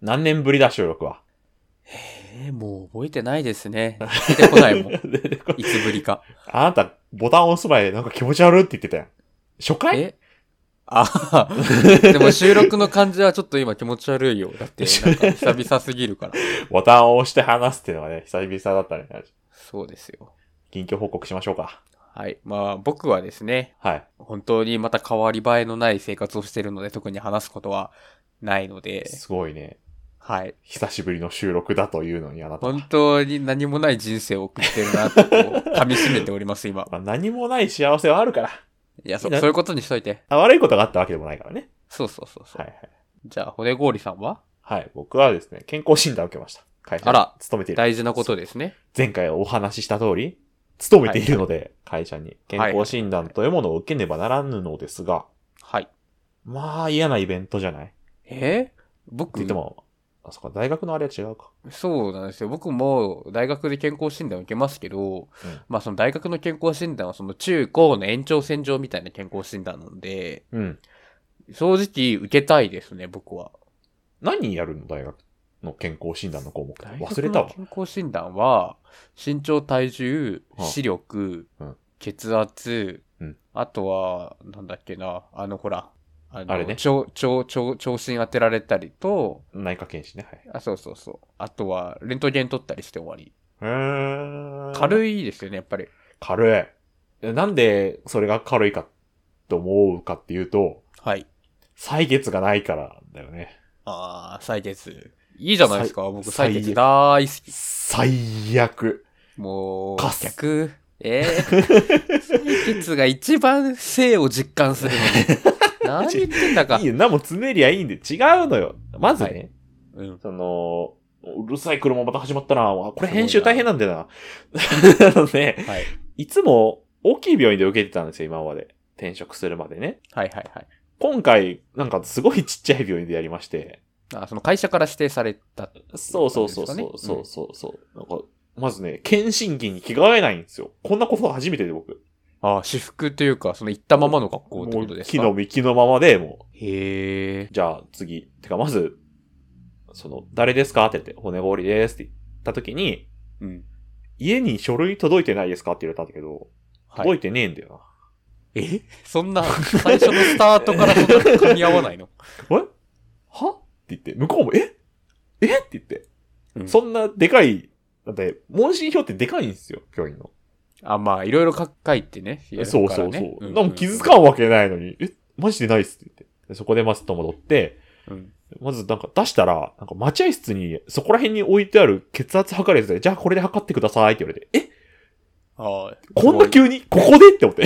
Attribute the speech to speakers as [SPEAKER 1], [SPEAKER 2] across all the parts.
[SPEAKER 1] 何年ぶりだ、収録は。
[SPEAKER 2] えー、もう覚えてないですね。出てこ ない もん。
[SPEAKER 1] 出てこ
[SPEAKER 2] いつぶりか。
[SPEAKER 1] あなた、ボタン押す前、なんか気持ち悪いって言ってたやん。初回
[SPEAKER 2] えあでも収録の感じはちょっと今気持ち悪いよ。だって、 なんか久々すぎるから。
[SPEAKER 1] ボタンを押して話すっていうのがね、久々だったね。
[SPEAKER 2] そうですよ。
[SPEAKER 1] 近況報告しましょうか。
[SPEAKER 2] はい。まあ僕はですね、
[SPEAKER 1] はい。
[SPEAKER 2] 本当にまた変わり映えのない生活をしているので、特に話すことはないので、
[SPEAKER 1] すごいね。
[SPEAKER 2] はい。
[SPEAKER 1] 久しぶりの収録だというのに、あなたは。
[SPEAKER 2] 本当に何もない人生を送ってるなと、こう噛み締めております、今。
[SPEAKER 1] まあ、何もない幸せはあるから。
[SPEAKER 2] いや、そ、
[SPEAKER 1] な
[SPEAKER 2] そういうことにしといて。
[SPEAKER 1] あ悪いことがあったわけでもないからね。
[SPEAKER 2] そうそうそうそう。
[SPEAKER 1] はいはい。
[SPEAKER 2] じゃあ、骨氷さんは
[SPEAKER 1] はい。僕はですね、健康診断を受けました。会社に
[SPEAKER 2] あら
[SPEAKER 1] 勤めている。
[SPEAKER 2] 大事なことですね。
[SPEAKER 1] 前回お話しした通り、勤めているので、会社に健康診断というものを受けねばならぬのですが、
[SPEAKER 2] はい。
[SPEAKER 1] まあ嫌なイベントじゃないって
[SPEAKER 2] えー僕
[SPEAKER 1] 言っても、あ、そっか、大学のあれは違うか。
[SPEAKER 2] そうなんですよ。僕も大学で健康診断を受けますけど、
[SPEAKER 1] うん
[SPEAKER 2] まあその大学の健康診断はその中高の延長線上みたいな健康診断なんで、
[SPEAKER 1] うん。
[SPEAKER 2] 正直受けたいですね、僕は。
[SPEAKER 1] 何やるの大学の健康診断の項目。
[SPEAKER 2] 大学の
[SPEAKER 1] 忘れたわ。
[SPEAKER 2] 健康診断は、身長、体重、
[SPEAKER 1] はあ
[SPEAKER 2] 視力、
[SPEAKER 1] うん
[SPEAKER 2] 血圧、
[SPEAKER 1] うん
[SPEAKER 2] あとは、なんだっけな、あの、ほら、あの
[SPEAKER 1] あれね
[SPEAKER 2] 長長長長身当てられたりと、
[SPEAKER 1] 内科検診ね。はい。
[SPEAKER 2] あ、そうそうそう。あとは、レントゲン取ったりして終わり。
[SPEAKER 1] へーい。
[SPEAKER 2] 軽いですよね、やっぱり。
[SPEAKER 1] 軽い。なんで、それが軽いか、と思うかっていうと、
[SPEAKER 2] はい。
[SPEAKER 1] 採血がないからだよね。
[SPEAKER 2] ああ、採血。いいじゃないですか。僕、
[SPEAKER 1] 採
[SPEAKER 2] 採血大好き。
[SPEAKER 1] 最悪。
[SPEAKER 2] もう
[SPEAKER 1] カ、ス
[SPEAKER 2] 逆。ええ採血が一番性を実感するの に。何言ってたか
[SPEAKER 1] いい。よ、何も詰めりゃいいんで、違うのよ。まずね、
[SPEAKER 2] はうん。
[SPEAKER 1] その、うるさい車また始まったな。わこれ編集大変なんだ よな。あのね、
[SPEAKER 2] はい。
[SPEAKER 1] いつも大きい病院で受けてたんですよ、今まで。転職するまでね。
[SPEAKER 2] はいはいはい。
[SPEAKER 1] 今回、なんかすごいちっちゃい病院でやりまして。
[SPEAKER 2] あ、その会社から指定された。
[SPEAKER 1] そうそうそうそう、
[SPEAKER 2] そうです
[SPEAKER 1] そ
[SPEAKER 2] かねう
[SPEAKER 1] うんそうそう。なんか、まずね、検診着に着替えないんですよ。こんなこと初めてで僕。
[SPEAKER 2] あ、私服というか、その行ったままの格好って
[SPEAKER 1] も
[SPEAKER 2] こ
[SPEAKER 1] う
[SPEAKER 2] とです
[SPEAKER 1] 木
[SPEAKER 2] か
[SPEAKER 1] の実木のままで、もう、
[SPEAKER 2] へえ。
[SPEAKER 1] じゃあ次、てかまず、その、誰ですかって言って、骨氷ですって言った時に、
[SPEAKER 2] うん。
[SPEAKER 1] 家に書類届いてないですかって言われたんだけど、
[SPEAKER 2] は
[SPEAKER 1] 届
[SPEAKER 2] い。
[SPEAKER 1] いてねえんだよな。
[SPEAKER 2] えそんな、最初のスタートからそんな噛み合わないの
[SPEAKER 1] えはって言って、向こうも、ええって言って、
[SPEAKER 2] うん
[SPEAKER 1] そんなでかい、だって、問診票ってでかいんですよ、教員の。
[SPEAKER 2] あ、まあ、いろいろ書書いてね。やるか
[SPEAKER 1] そう
[SPEAKER 2] ら
[SPEAKER 1] そう
[SPEAKER 2] ね
[SPEAKER 1] そう。
[SPEAKER 2] んん
[SPEAKER 1] でも気づかんわけないのに、え、マジでないっすって言って。でそこでまずと戻って、
[SPEAKER 2] うん。
[SPEAKER 1] まずなんか出したら、なんか待合室に、そこら辺に置いてある血圧測るやつで、じゃあこれで測ってくださいって言われて、え
[SPEAKER 2] ああ。
[SPEAKER 1] こんな急にここでって思って。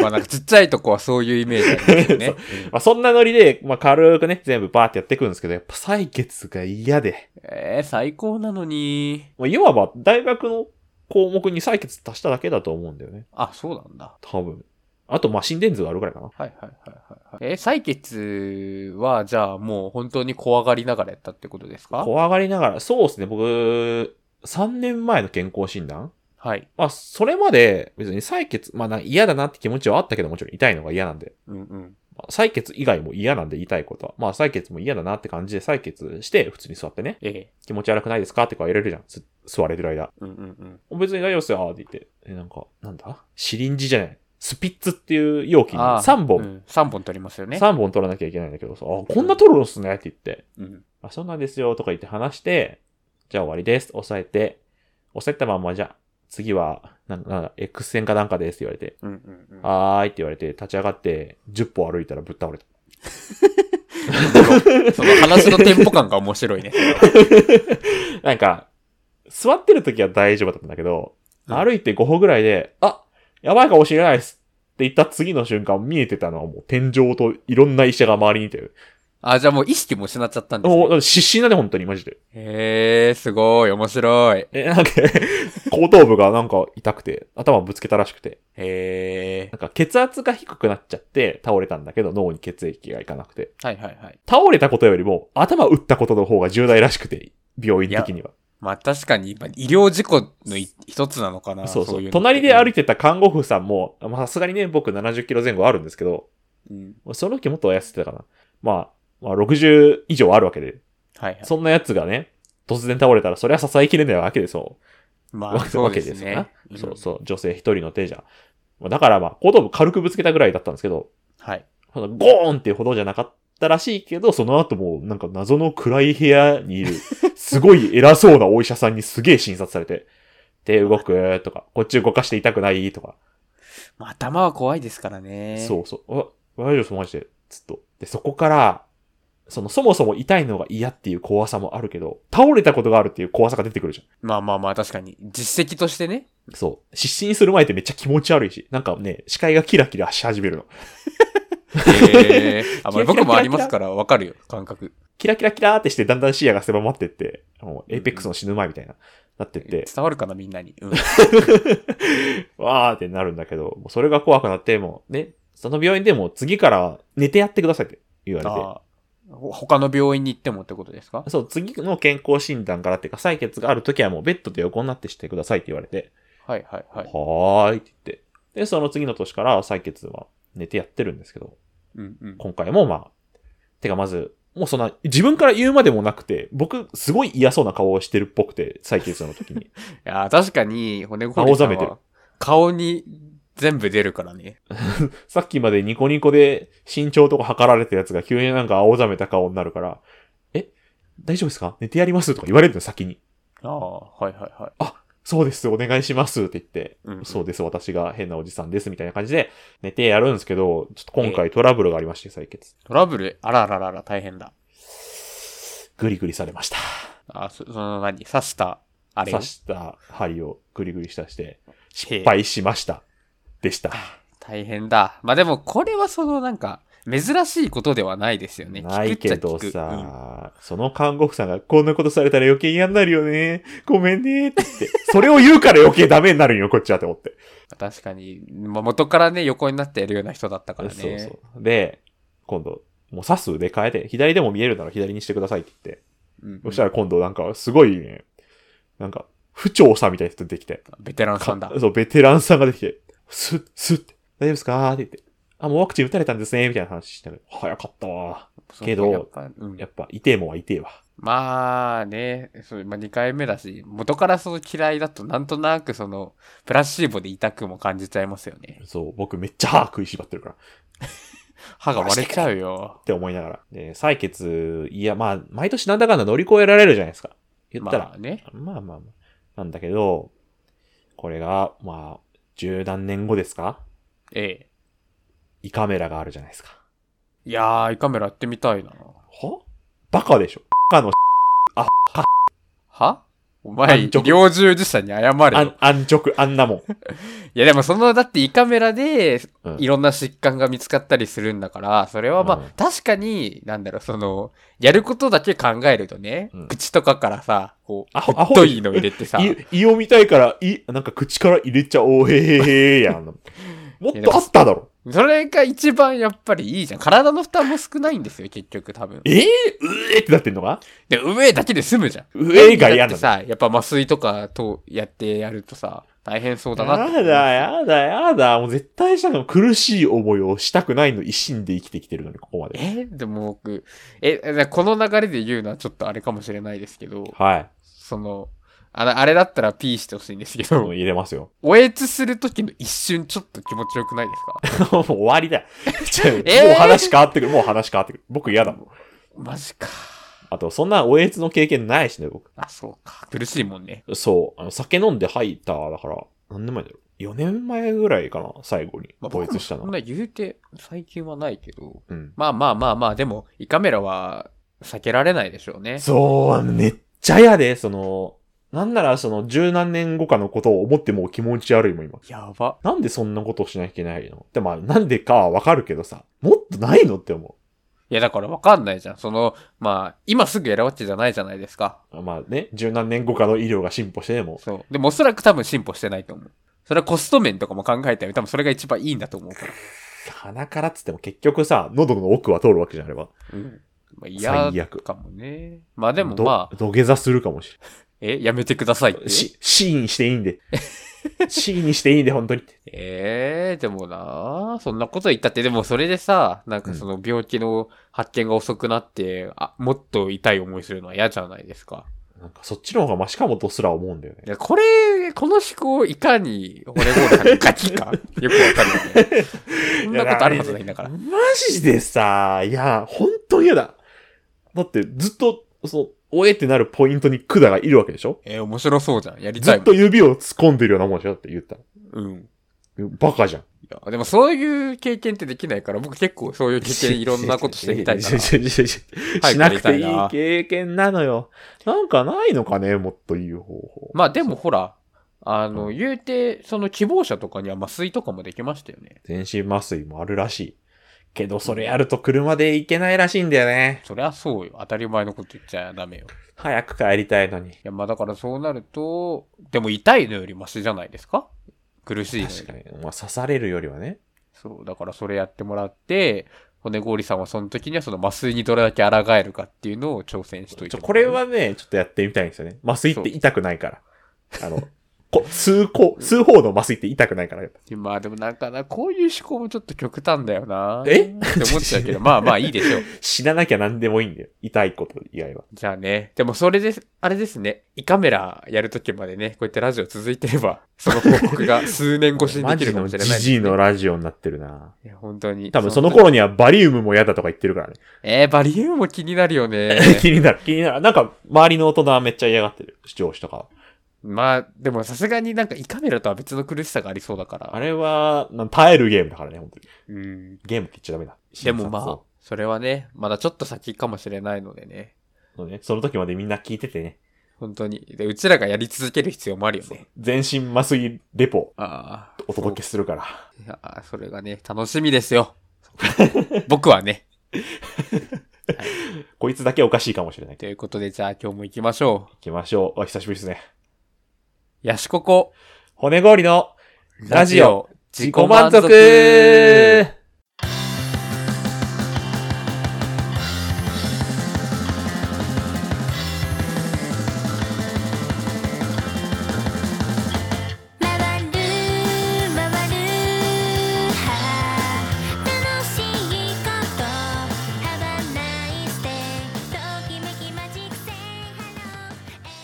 [SPEAKER 2] まあなんかちっちゃいとこはそういうイメージありますよ ね
[SPEAKER 1] そ。まあそんなノリで、まあ軽くね、全部バーってやっていくんですけど、やっぱ採血が嫌で。
[SPEAKER 2] えー、最高なのに。
[SPEAKER 1] まあ、いわば大学の項目に採血足しただけだと思うんだよね。
[SPEAKER 2] あ、そうなんだ。
[SPEAKER 1] 多分。あと、まあ、心電図があるぐらいかな。
[SPEAKER 2] はいはいはいはいはい。えー、採血は、じゃあもう本当に怖がりながらやったってことですか
[SPEAKER 1] 怖がりながら、そうですね、僕、3年前の健康診断
[SPEAKER 2] はい。
[SPEAKER 1] まあ、それまで別に採血、まあ、なんか嫌だなって気持ちはあったけど、もちろん痛いのが嫌なんで。
[SPEAKER 2] うんうん。
[SPEAKER 1] まあ採血以外も嫌なんで痛いことは。まあ、採血も嫌だなって感じで採血して、普通に座ってね、
[SPEAKER 2] ええ
[SPEAKER 1] 気持ち悪くないですかってか言われるじゃん。す座れてる間。
[SPEAKER 2] うんうんうん。
[SPEAKER 1] 別に大丈夫ですよ、って言って。え、なんか、なんだシリンジじゃない。スピッツっていう容器に
[SPEAKER 2] あー
[SPEAKER 1] 3本
[SPEAKER 2] うん、3本取りますよね。
[SPEAKER 1] 3本取らなきゃいけないんだけどさ、あ、こんな取るんすねって言って、
[SPEAKER 2] うん。
[SPEAKER 1] あ、そうなんですよとか言って話して、じゃあ終わりです。押さえて、押さえたまんまじゃあ、次は、なんなんだ、X 線かなんかですって言われて、
[SPEAKER 2] うんうんうん。
[SPEAKER 1] はーいって言われて、立ち上がって、10歩歩いたらぶっ倒れた。
[SPEAKER 2] その話のテンポ感が面白いね。
[SPEAKER 1] なんか、座ってる時は大丈夫だったんだけど、
[SPEAKER 2] うん
[SPEAKER 1] 歩いて5歩ぐらいで、あ、やばいかもしれないですって言った次の瞬間見えてたのはもう天井といろんな医者が周りにいて、
[SPEAKER 2] あ、じゃあもう意識も失っちゃったんです
[SPEAKER 1] も
[SPEAKER 2] ね。
[SPEAKER 1] う失神だね、本当にマジで。
[SPEAKER 2] へえー、すごい、面白い。
[SPEAKER 1] え、なんか、 後頭部がなんか痛くて、頭ぶつけたらしくて、
[SPEAKER 2] へえ
[SPEAKER 1] なんか血圧が低くなっちゃって倒れたんだけど、脳に血液がいかなくて。
[SPEAKER 2] ー。はいはいはい。
[SPEAKER 1] 倒れたことよりも、頭打ったことの方が重大らしくて、病院的には。
[SPEAKER 2] まあ確かに、まあ医療事故のい一つなのかな。
[SPEAKER 1] そうそう
[SPEAKER 2] いのって
[SPEAKER 1] 隣で歩いてた看護婦さんも、まあさすがにね、僕70キロ前後あるんですけど、
[SPEAKER 2] うん。
[SPEAKER 1] その時もっと痩せてたかな。まあ、まあ60以上あるわけで、
[SPEAKER 2] はいはい。
[SPEAKER 1] そんなやつがね、突然倒れたら、それは支えきれないわけですよ。
[SPEAKER 2] ま
[SPEAKER 1] わ
[SPEAKER 2] あ、
[SPEAKER 1] け
[SPEAKER 2] そうで
[SPEAKER 1] わ
[SPEAKER 2] す
[SPEAKER 1] けよ
[SPEAKER 2] ね。
[SPEAKER 1] ね。そうそう、女性一人の手じゃ。まあだからまあ、後頭部軽くぶつけたぐらいだったんですけど、
[SPEAKER 2] はい。
[SPEAKER 1] そのゴーンっていうほどじゃなかったらしいけど、その後もうなんか謎の暗い部屋にい る、すごい偉そうなお医者さんにすげえ診察されて、手動くとか、こっち動かして痛くないとか、
[SPEAKER 2] まあ、頭は怖いですからね。
[SPEAKER 1] そうそう、あ、大丈夫です、マジで、つっと。で、そこから、そのそもそも痛いのが嫌っていう怖さもあるけど、倒れたことがあるっていう怖さが出てくるじゃ
[SPEAKER 2] まあまあまあ、確かに。実績とし てね。
[SPEAKER 1] ん。そう。失神する前ってめっちゃ気持ち悪いし、なんかね、視界がキラキラし始めるの。キラキラ
[SPEAKER 2] えー、あまあ、
[SPEAKER 1] キラキラ
[SPEAKER 2] 僕もありますから、わかるよ、感覚。
[SPEAKER 1] キラキラキラーってして、だんだん視野が狭まってって、もうエイペックスの死ぬ前みたいな、なってって
[SPEAKER 2] 伝。わるかな、みんなに。うん。
[SPEAKER 1] わーってなるんだけど、もうそれが怖くなって、もうね、その病院でもう次から寝てやってくださいって言われ
[SPEAKER 2] あーほ他の病院に行ってもってことですか
[SPEAKER 1] て、そう、次の健康診断からっていうか、採血がある時はもうベッドで横になってしてくださいって言われて、
[SPEAKER 2] はいはいはい。
[SPEAKER 1] はーいって言って。で、その次の年から採血は寝てやってるんですけど、
[SPEAKER 2] うんうん。
[SPEAKER 1] 今回もまあ、てかまず、もうそんな、自分から言うまでもなくて、僕、すごい嫌そうな顔をしてるっぽくて、採血の時 に。
[SPEAKER 2] いやー、確かに、骨ごりさん
[SPEAKER 1] 青ざめてる
[SPEAKER 2] は、顔に全部出るからね。
[SPEAKER 1] さっきまでニコニコで身長とか測られたやつが急になんか青ざめた顔になるから、え、大丈夫ですか寝てやりますとか言われるの先に。
[SPEAKER 2] ああ、はいはいはい。
[SPEAKER 1] そうです、お願いしますって言って、
[SPEAKER 2] うん
[SPEAKER 1] そうです、私が変なおじさんですみたいな感じで寝てやるんですけど、ちょっと今回トラブルがありまして、採血。
[SPEAKER 2] トラブル、あらららら、大変だ。
[SPEAKER 1] グリグリされました。
[SPEAKER 2] あーそその何刺した、あれを
[SPEAKER 1] 刺した針をグリグリしたして、失敗しました。でした。
[SPEAKER 2] 大変だ。まあでも、これはそのなんか、珍しいことではないですよね。
[SPEAKER 1] ないけど
[SPEAKER 2] 聞くっちゃ聞
[SPEAKER 1] さ、
[SPEAKER 2] く
[SPEAKER 1] その看護婦さんがこんなことされたら余計嫌になるよね。ごめんねって言 って。それを言うから余計ダメになるんよ、こっちはって思って。
[SPEAKER 2] うん確かに、まあ、元からね、横になってやるような人だったからね。
[SPEAKER 1] そうそう。で、今度、もう刺す腕変えて、左でも見えるなら左にしてくださいって言って。
[SPEAKER 2] うんうん
[SPEAKER 1] そしたら今度なんか、すごいね、なんか、不調さみたいな人出てきて。
[SPEAKER 2] ベテランさんだ
[SPEAKER 1] か。そう、ベテランさんが出てきて、スッ、スッって、大丈夫ですかって言って。あ、もうワクチン打たれたんですね、みたいな話してる。早かったわ。けど
[SPEAKER 2] そうやっぱうん
[SPEAKER 1] やっぱ、痛えもんは痛えわ。
[SPEAKER 2] まあね、そうまあ、2回目だし、元からその嫌いだと、なんとなくその、プラシーボで痛くも感じちゃいますよね。
[SPEAKER 1] そう、僕めっちゃ歯食いしばってるから。
[SPEAKER 2] 歯が割れちゃうよ
[SPEAKER 1] っ。て思いながら。で、採血、いや、まあ、毎年なんだかんだ乗り越えられるじゃないですか。言ったら。
[SPEAKER 2] まあね。
[SPEAKER 1] まあまあまあ。なんだけど、これが、まあ、十何年後ですか
[SPEAKER 2] ええ。
[SPEAKER 1] 胃カメラがあるじゃないですか。
[SPEAKER 2] いやー、胃カメラやってみたいな。
[SPEAKER 1] はバカでしょバカの
[SPEAKER 2] はお前、医
[SPEAKER 1] 安直
[SPEAKER 2] 療従事者に謝れ
[SPEAKER 1] あ
[SPEAKER 2] よ
[SPEAKER 1] ん。安直、あんなもん。
[SPEAKER 2] いやでもその、だって胃カメラで
[SPEAKER 1] うん
[SPEAKER 2] いろんな疾患が見つかったりするんだから、それはまあ、
[SPEAKER 1] うん
[SPEAKER 2] 確かに、なんだろう、その、やることだけ考えるとね、
[SPEAKER 1] うん
[SPEAKER 2] 口とかからさ、こう、
[SPEAKER 1] アホアホ
[SPEAKER 2] 太いの入れてさ、
[SPEAKER 1] 胃胃を見たいから、胃、なんか口から入れちゃおう、へへへへや ん。もっとあっただろ。
[SPEAKER 2] それが一番やっぱりいいじゃん。体の負担も少ないんですよ、結局多分。
[SPEAKER 1] えー、うえーってなってんのか
[SPEAKER 2] で、上だけで済むじゃん。
[SPEAKER 1] うえーが嫌な
[SPEAKER 2] だっ
[SPEAKER 1] の
[SPEAKER 2] て。さ、やっぱ麻酔とかとやってやるとさ、大変そうだなって
[SPEAKER 1] やだ、やだ、やだ。もう絶対したの苦しい思いをしたくないの一心で生きてきてるのに、ここまで。
[SPEAKER 2] えでも僕、え、えこの流れで言うのはちょっとあれかもしれないですけど、
[SPEAKER 1] はい。
[SPEAKER 2] その、あのあれだったら P してほしいんですけ
[SPEAKER 1] もう
[SPEAKER 2] ど、
[SPEAKER 1] 入れます よ。
[SPEAKER 2] おえつする時の一瞬ちょっと気持ちよくないですか
[SPEAKER 1] もう終わりだ。ちょも
[SPEAKER 2] えー
[SPEAKER 1] う話変わってくる。もう話変わってくる。僕嫌だもん。
[SPEAKER 2] マジか。
[SPEAKER 1] あと、そんなおえつの経験ないしね、僕。
[SPEAKER 2] あ、そうか。苦しいもんね。
[SPEAKER 1] そう。あの、酒飲んで吐いた、だから、何年前だろう。4年前ぐらいかな、最後に。
[SPEAKER 2] まあ
[SPEAKER 1] おえつした
[SPEAKER 2] 僕もそん
[SPEAKER 1] の。
[SPEAKER 2] な言うて、最近はないけど、
[SPEAKER 1] うん。
[SPEAKER 2] まあまあまあまあ、でも、胃カメラは避けられないでしょうね。
[SPEAKER 1] そう、あのめっちゃ嫌で、その、なんならその十何年後かのことを思ってもう気持ち悪いもん、今。
[SPEAKER 2] やば。
[SPEAKER 1] なんでそんなことをしなきゃいけないのでまあ、なんでかはわかるけどさ、もっとないのって思
[SPEAKER 2] いや、だからわかんないじゃん。その、まあ、今すぐやるわけじゃないじゃないですか。
[SPEAKER 1] う。まあね、十何年後かの医療が進歩してでも、
[SPEAKER 2] そう。でもおそらく多分進歩してないと思う。それはコスト面とかも考えたよ。多分それが一番いいんだと思うから。
[SPEAKER 1] 鼻からっつっても結局さ、喉の奥は通るわけじゃんあれば。
[SPEAKER 2] うん。まあ、
[SPEAKER 1] 最
[SPEAKER 2] 嫌
[SPEAKER 1] 悪
[SPEAKER 2] かもね。まあでもまあ、
[SPEAKER 1] ど土下座するかもし
[SPEAKER 2] え、やめてくださいっ
[SPEAKER 1] れ
[SPEAKER 2] て
[SPEAKER 1] ない。。し、シーンしていいんで。 C にしていいんで、本当にって。
[SPEAKER 2] ええでもなそんなこと言ったって、でもそれでさ、なんかその病気の発見が遅くなって、あ、もっと痛い思いするのは嫌じゃないですか。
[SPEAKER 1] なんかそっちの方がマシかもとすら思うんだよね
[SPEAKER 2] い。やこれ、この思考いかに骨折るかのガ キか、よくわかるよね。そんなことあるはずないんだから。
[SPEAKER 1] マジでさ、いや、本当に嫌だ。だって、ずっと、その、おえってなるポイントに管がいるわけでしょ
[SPEAKER 2] えー面白そうじゃん。やり
[SPEAKER 1] ず
[SPEAKER 2] たい
[SPEAKER 1] っ
[SPEAKER 2] もん。
[SPEAKER 1] と指を突っ込んでるようなもんでしょだって言ったら。
[SPEAKER 2] うん。
[SPEAKER 1] バカじゃん。
[SPEAKER 2] いや、でもそういう経験ってできないから、僕結構そう いう経験いろんなことしてみたいから。
[SPEAKER 1] しししししなくていい経験なのよ。なんかないのかねもっといい方法。
[SPEAKER 2] まあでもほら、あの、
[SPEAKER 1] う
[SPEAKER 2] 言うて、その希望者とかには麻酔とかもできましたよね。
[SPEAKER 1] 全身麻酔もあるらしい。けど、それやると車で行けないらしいんだよね。
[SPEAKER 2] そりゃそうよ。当たり前のこと言っちゃダメよ。い
[SPEAKER 1] 早く帰りたいのに。
[SPEAKER 2] や、まあだからそうなると、でも痛いのよりマシじゃないですか苦しいのよ
[SPEAKER 1] 確か
[SPEAKER 2] り。
[SPEAKER 1] に。まあ、刺されるよりはね。
[SPEAKER 2] そう、だからそれやってもらって、骨氷さんはその時にはその麻酔にどれだけ抗えるかっていうのを挑戦しとい
[SPEAKER 1] ちょ、
[SPEAKER 2] てもらう
[SPEAKER 1] これ、はね、ちょっとやってみたいんですよね。麻酔って痛くないから。あの、こ数個、数方の麻酔って痛くないから。
[SPEAKER 2] まあでもなんかな、こういう思考もちょっと極端だよな。
[SPEAKER 1] え
[SPEAKER 2] って思っちゃうけど、まあまあいいでしょう。
[SPEAKER 1] 死ななきゃ何でもいいんだよ。痛いこと以外は。
[SPEAKER 2] じゃあね、でもそれです、あれですね、胃カメラやるときまでね、こうやってラジオ続いて れば、その報告が数年越しに
[SPEAKER 1] マ
[SPEAKER 2] でき
[SPEAKER 1] ジ
[SPEAKER 2] るかも
[SPEAKER 1] の
[SPEAKER 2] しれ
[SPEAKER 1] ジ
[SPEAKER 2] ない、
[SPEAKER 1] ジイのラジオになってるな。
[SPEAKER 2] いや、本当に。
[SPEAKER 1] 多分その。頃にはバリウムも嫌だとか言ってるからね。
[SPEAKER 2] えー、バリウムも気になるよね。
[SPEAKER 1] 気になる、気になる。なんか、周りの大人はめっちゃ嫌がってる。視聴者とかは。
[SPEAKER 2] まあ、でもさすがになんか胃カメラとは別の苦しさがありそうだから。
[SPEAKER 1] あれは、なん耐えるゲームだからね、本当に。
[SPEAKER 2] うん。
[SPEAKER 1] ゲームって言っちゃダメだ。
[SPEAKER 2] でも
[SPEAKER 1] 診
[SPEAKER 2] ま
[SPEAKER 1] 察
[SPEAKER 2] あ
[SPEAKER 1] を、
[SPEAKER 2] それはね、まだちょっと先かもしれないのでね。
[SPEAKER 1] そうね。その時までみんな聞いててね。
[SPEAKER 2] 本当に。で、うちらがやり続ける必要もあるよね。
[SPEAKER 1] 全身麻酔レポ、
[SPEAKER 2] ああ。
[SPEAKER 1] お届けするから。
[SPEAKER 2] いやー、それがね、楽しみですよ。僕 はね。
[SPEAKER 1] こいつだけおかしいかもしれないけ
[SPEAKER 2] ということで、じゃあ今日も行きましょ
[SPEAKER 1] ど。
[SPEAKER 2] う
[SPEAKER 1] 行きましょう。お久しぶりですね。。
[SPEAKER 2] ヤシココ。
[SPEAKER 1] 骨氷のラジオ、自
[SPEAKER 2] 自
[SPEAKER 1] 己
[SPEAKER 2] 己
[SPEAKER 1] 満
[SPEAKER 2] 満
[SPEAKER 1] 足
[SPEAKER 2] 足
[SPEAKER 3] 回る回る楽しいこと Have a nice day ときめきマジック Say hello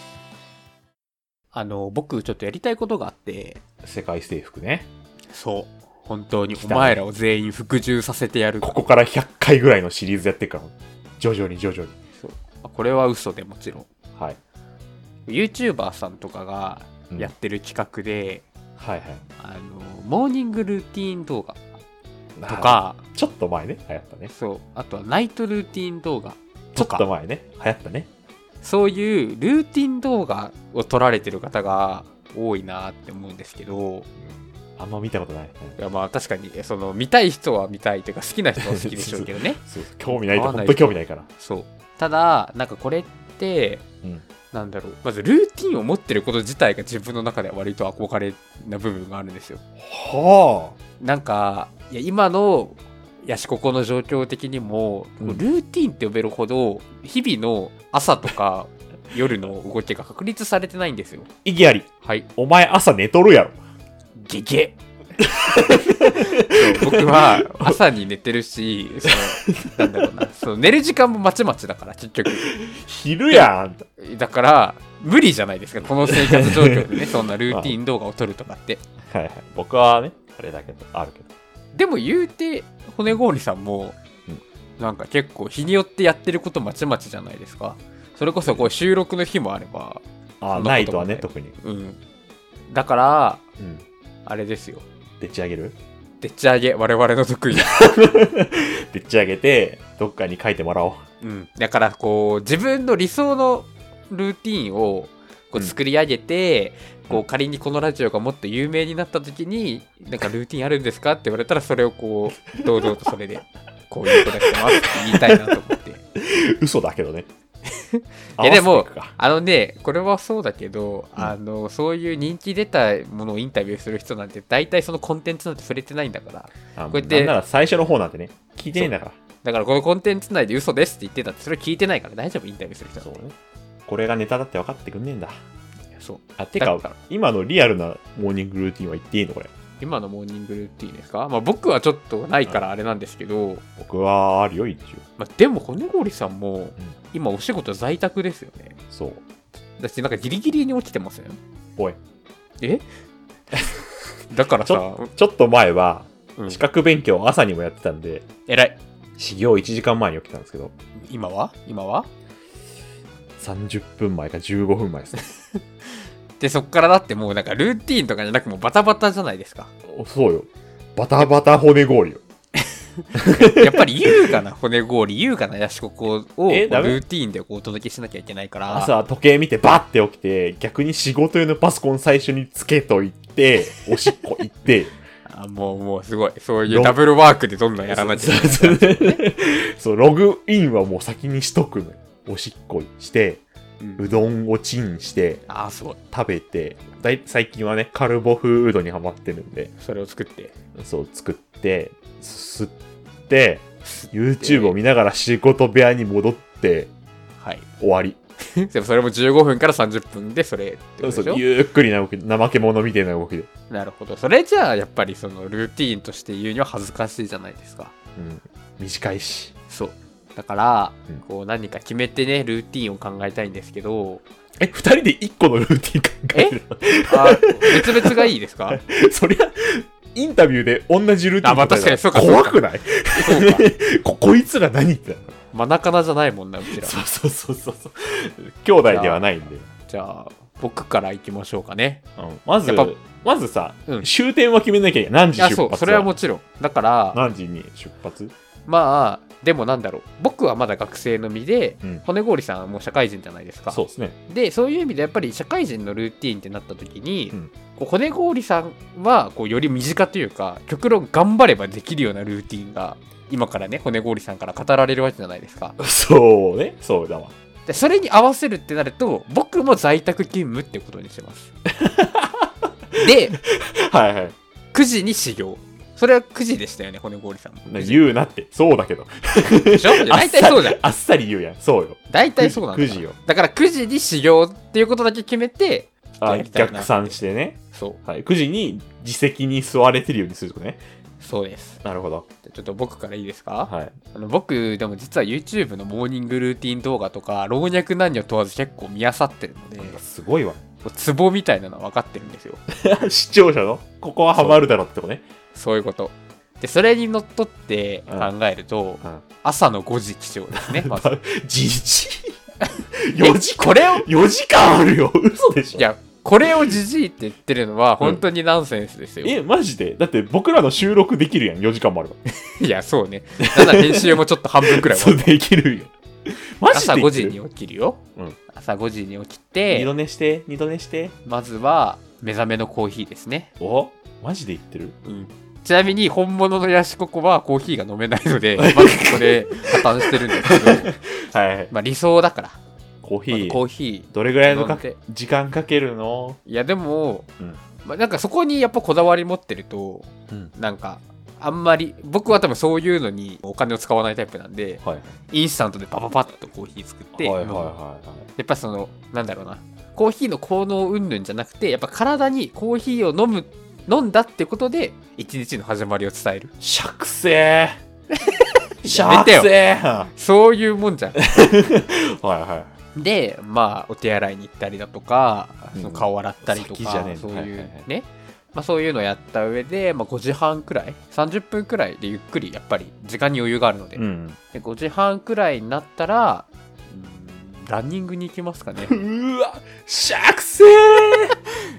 [SPEAKER 2] あの、僕ちょっとやりたいことがあって、
[SPEAKER 1] 世界征服ね。
[SPEAKER 2] そう。本当に
[SPEAKER 1] 来
[SPEAKER 2] お
[SPEAKER 1] たね
[SPEAKER 2] 前らを全員服従させてやる。
[SPEAKER 1] ここから100回ぐらいのシリーズやってるから、徐々に徐々に。
[SPEAKER 2] そうあこれは嘘でもちろん。
[SPEAKER 1] はい。
[SPEAKER 2] YouTuber さんとかがやってる企画で、
[SPEAKER 1] はいはい。
[SPEAKER 2] あの、モーニングルーティーン動画
[SPEAKER 1] と
[SPEAKER 2] と、か、
[SPEAKER 1] ちょっと前ね、流行ったね。
[SPEAKER 2] そう。あとはナイトルーティン動画
[SPEAKER 1] ちょ
[SPEAKER 2] と
[SPEAKER 1] っと
[SPEAKER 2] か、
[SPEAKER 1] 前ね、流行ったね。
[SPEAKER 2] そういうルーティン動画を撮られてる方が多いなって思うんですけど、
[SPEAKER 1] あんま見たことない。
[SPEAKER 2] いやまあ確かに、その見たい人は見たいというか好きな人は好きでしょうけどね。
[SPEAKER 1] そう興味ない
[SPEAKER 2] 合
[SPEAKER 1] と、
[SPEAKER 2] わな
[SPEAKER 1] 本
[SPEAKER 2] い
[SPEAKER 1] 当に興味ないから。
[SPEAKER 2] そう。ただ、なんかこれって、
[SPEAKER 1] うん
[SPEAKER 2] なんだろう。まずルーティンを持ってること自体が自分の中では割と憧れな部分があるんですよ。
[SPEAKER 1] は
[SPEAKER 2] なんか、いや今のヤシココの状況的にも、
[SPEAKER 1] うん
[SPEAKER 2] ルーティンって呼べるほど、日々の朝とか夜の動きが確立されてないんですよ。
[SPEAKER 1] あ。意義あり。
[SPEAKER 2] はい。
[SPEAKER 1] お前朝寝とるやろ。
[SPEAKER 2] ゲゲそう僕は朝に寝てるし、そのなんだろうな、その寝る時間もまちまちだから、結局。
[SPEAKER 1] 昼やん、あんた。
[SPEAKER 2] だから、無理じゃないですか、この生活状況でね、そんなルーティン動画を撮るとかって。
[SPEAKER 1] はいはい。僕はね、あれだけど、あるけど。
[SPEAKER 2] でも言うて、骨氷さんも
[SPEAKER 1] うん、
[SPEAKER 2] なんか結構日によってやってることまちまちじゃないですか。それこそこう収録の日もあれば、
[SPEAKER 1] あ
[SPEAKER 2] そ
[SPEAKER 1] ー、
[SPEAKER 2] んなことも
[SPEAKER 1] ないとはね、
[SPEAKER 2] ね
[SPEAKER 1] 特に。
[SPEAKER 2] うん。だから、
[SPEAKER 1] うん。
[SPEAKER 2] あれですよ。
[SPEAKER 1] でっち上げる
[SPEAKER 2] でっち上げ、我々の得意な。
[SPEAKER 1] でっち上げて、どっかに書いてもらおう。
[SPEAKER 2] うん、だからこう自分の理想のルーティンをこ
[SPEAKER 1] うん
[SPEAKER 2] う作り上げて、こ
[SPEAKER 1] う
[SPEAKER 2] う仮にこのラジオがもっと有名になった時に「なんかルーティンあるんですか?」って言われたらそれをこう堂々と それで「こういうことやってます」って言いたいなと思って
[SPEAKER 1] 嘘だけ どね。
[SPEAKER 2] やでも
[SPEAKER 1] 合わせていくか
[SPEAKER 2] あのねこれはそうだけど、
[SPEAKER 1] うん
[SPEAKER 2] あのそういう人気出たものをインタビューする人なんて大体そのコンテンツなんて触れてないんだから
[SPEAKER 1] あ
[SPEAKER 2] こうやって
[SPEAKER 1] なんなら最初の方なんてね、聞いてないんだか
[SPEAKER 2] だからこのコンテンツ内で嘘ですって言ってたってそれ聞いてないから大丈夫インタビューする
[SPEAKER 1] ら。
[SPEAKER 2] 人
[SPEAKER 1] そ
[SPEAKER 2] は
[SPEAKER 1] うね。これがネタだって分かってくんねえんだ。
[SPEAKER 2] そう。
[SPEAKER 1] あ、てか
[SPEAKER 2] だから、
[SPEAKER 1] 今のリアルなモーニングルーティンは言っていいのこれ。
[SPEAKER 2] 今のモーニングルーティンですかまあ僕はちょっとないからあれなんですけど、
[SPEAKER 1] 僕はあるよ、一応。
[SPEAKER 2] まあでも骨氷さんも今お仕事在宅ですよね。
[SPEAKER 1] そう。
[SPEAKER 2] だしなんかギリギリに起きてません
[SPEAKER 1] おい。
[SPEAKER 2] え だから
[SPEAKER 1] ち
[SPEAKER 2] さ、
[SPEAKER 1] ょちょっと前は、
[SPEAKER 2] うん
[SPEAKER 1] 資格勉強を朝にもやってたんで、
[SPEAKER 2] 偉い。
[SPEAKER 1] 始業1時間前に起きたんですけど、
[SPEAKER 2] 今は今は
[SPEAKER 1] 30分前か15分前ですね。
[SPEAKER 2] で、そっからだってもうなんかルーティーンとかじゃなくもうバタバタじゃないで すか。
[SPEAKER 1] おそうよ。バタバタ骨氷よ。
[SPEAKER 2] やっぱり優雅な骨氷、優雅なヤシココを
[SPEAKER 1] えダメ
[SPEAKER 2] ルーティーンでこうお届けしなきゃいけないから。
[SPEAKER 1] 朝時計見てバッて起きて、逆に仕事用のパソコン最初につけとい て、おしっこ行って、
[SPEAKER 2] あもうもうすごい。そうい
[SPEAKER 1] ロ
[SPEAKER 2] うダブルワークでどんどんやらなきゃいけない。
[SPEAKER 1] そうそうそうそう、ログインはもう先にしとくのよ。おしっこして、
[SPEAKER 2] うん
[SPEAKER 1] うどんをチンして、
[SPEAKER 2] ああ、すごい。
[SPEAKER 1] 食べて、だい最近はね、カルボ風うどんにハマってるんで、
[SPEAKER 2] それを作って。
[SPEAKER 1] そう、作って、すすって、YouTube を見ながら仕事部屋に戻って、
[SPEAKER 2] はい。
[SPEAKER 1] 終わり。
[SPEAKER 2] でもそれも15分から30分でそれってことでし
[SPEAKER 1] そ
[SPEAKER 2] ょ
[SPEAKER 1] うゆっくりな動き、怠け者みたいな動きで。
[SPEAKER 2] なるほど。それじゃあ、やっぱりそのルーティーンとして言うには恥ずかしいじゃないですか。
[SPEAKER 1] うん。短いし。
[SPEAKER 2] そう。だから、
[SPEAKER 1] うん
[SPEAKER 2] こう何か決めてね、ルーティーンを考えたいんですけ ど、
[SPEAKER 1] え、二人で一個のルーティン考える
[SPEAKER 2] あ別々がいいですか
[SPEAKER 1] の そりゃ、インタビューで同じルーティン
[SPEAKER 2] あまあ
[SPEAKER 1] 答えたら
[SPEAKER 2] 確かにそうか
[SPEAKER 1] 怖くない
[SPEAKER 2] そうか。
[SPEAKER 1] こ、こいつら何言ってたの
[SPEAKER 2] マナカナじゃないもんな、うちら。
[SPEAKER 1] そうそうそうそうそう。兄弟ではないんで。
[SPEAKER 2] じゃあ、僕から行きましょうかね。
[SPEAKER 1] うんまず
[SPEAKER 2] やっぱ、
[SPEAKER 1] まずさ、
[SPEAKER 2] うん
[SPEAKER 1] 終点は決めなきゃいけない。何
[SPEAKER 2] い
[SPEAKER 1] 時
[SPEAKER 2] や、
[SPEAKER 1] 出
[SPEAKER 2] そ
[SPEAKER 1] 発
[SPEAKER 2] う、それはもちろん。だから、
[SPEAKER 1] 何時に出発
[SPEAKER 2] まあでもなんだろう僕はまだ学生の身で、
[SPEAKER 1] うん
[SPEAKER 2] 骨氷さんはもう社会人じゃないですか
[SPEAKER 1] そうですね。
[SPEAKER 2] でそういう意味でやっぱり社会人のルーティーンってなった時に、
[SPEAKER 1] うん
[SPEAKER 2] こう骨氷さんはこうより身近というか極論頑張ればできるようなルーティーンが今からね骨氷さんから語られるわけじゃないですか
[SPEAKER 1] そうね。そうだわ。
[SPEAKER 2] でそれに合わせるってなると僕も在宅勤務ってことにしてます で
[SPEAKER 1] はいはい。
[SPEAKER 2] 9時に始業それは9時でしたよね骨氷さんも
[SPEAKER 1] な言うなって。そうだけど。
[SPEAKER 2] でしょ大体そうじゃん
[SPEAKER 1] あっさりあっさり言うやん。そうよ。
[SPEAKER 2] 大体そうなんだ
[SPEAKER 1] 9
[SPEAKER 2] か
[SPEAKER 1] 時
[SPEAKER 2] ら
[SPEAKER 1] よ。
[SPEAKER 2] だから9時に始業っていうことだけ決めて
[SPEAKER 1] あ
[SPEAKER 2] やりたいな
[SPEAKER 1] 逆算してね。
[SPEAKER 2] そう
[SPEAKER 1] はい。9時に自席に座れてるようにするとね。
[SPEAKER 2] そうです
[SPEAKER 1] なるほど。
[SPEAKER 2] ちょっと僕からいいですか、
[SPEAKER 1] はい。
[SPEAKER 2] あの僕でも実は YouTube のモーニングルーティン動画とか老若男女問わず結構見漁ってるので
[SPEAKER 1] なんかすごいわ。
[SPEAKER 2] こうツボみたいなのは分かってるんですよ
[SPEAKER 1] 視聴者の、ここはハマるだろってことね。
[SPEAKER 2] そういうことでそれにのっとって考えると、
[SPEAKER 1] うん
[SPEAKER 2] 朝の5時起床 ですねまず
[SPEAKER 1] じじい !4 時
[SPEAKER 2] えこれを
[SPEAKER 1] 4時間あるよ嘘でしょ
[SPEAKER 2] いやこれをじじいって言ってるのは本当にナンセンスですよ、
[SPEAKER 1] え、マジでだって僕らの収録できるやん、4時間もあれば。
[SPEAKER 2] いやそうねただ編集もちょっと半分くらい は
[SPEAKER 1] そう、できるよ。マジで
[SPEAKER 2] 朝5時
[SPEAKER 1] 起
[SPEAKER 2] に起きるよ、
[SPEAKER 1] うん
[SPEAKER 2] 朝5時に起き
[SPEAKER 1] 二
[SPEAKER 2] て
[SPEAKER 1] 度寝して、二度寝して。
[SPEAKER 2] まずは目覚めのコーヒーですね、
[SPEAKER 1] おマジで言ってる
[SPEAKER 2] ちなみに本物のヤシココはコーヒーが飲めないの でまずこれ破綻してるんですけど
[SPEAKER 1] はい。
[SPEAKER 2] まあ理想だから
[SPEAKER 1] コーヒ
[SPEAKER 2] まず
[SPEAKER 1] ー。
[SPEAKER 2] コーヒ
[SPEAKER 1] どれぐらいの
[SPEAKER 2] 飲
[SPEAKER 1] か
[SPEAKER 2] んで
[SPEAKER 1] 時間かけるの
[SPEAKER 2] ーいやでも、
[SPEAKER 1] うん
[SPEAKER 2] まあ、なんかそこにやっぱこだわり持ってると
[SPEAKER 1] うん。
[SPEAKER 2] なんかあんまり僕は多分そういうのにお金を使わないタイプなんで
[SPEAKER 1] はい。
[SPEAKER 2] インスタントでパパパッとコーヒー作って、
[SPEAKER 1] はいはいはい
[SPEAKER 2] 飲む
[SPEAKER 1] は
[SPEAKER 2] やっぱそのなんだろうなコーヒーの効能云々じゃなくてやっぱ体にコーヒーを飲む飲んだってことで一日の始まりを伝える
[SPEAKER 1] い。しゃくせー しゃ
[SPEAKER 2] や
[SPEAKER 1] く
[SPEAKER 2] めてよ
[SPEAKER 1] せーは
[SPEAKER 2] そういうもんじゃん
[SPEAKER 1] いは
[SPEAKER 2] でまあお手洗いに行ったりだとか
[SPEAKER 1] うん
[SPEAKER 2] その顔洗ったりと
[SPEAKER 1] 先じゃ
[SPEAKER 2] か、
[SPEAKER 1] ねえんだ
[SPEAKER 2] そういう
[SPEAKER 1] はいはいはい
[SPEAKER 2] ね、まあ、そういうのやった上で、まあ、5時半くらい30分くらいでゆっくりやっぱり時間に余裕があるので,、
[SPEAKER 1] い。うん。
[SPEAKER 2] で5時半くらいになったらうーんランニングに行きますかね
[SPEAKER 1] うーわ、しゃくせー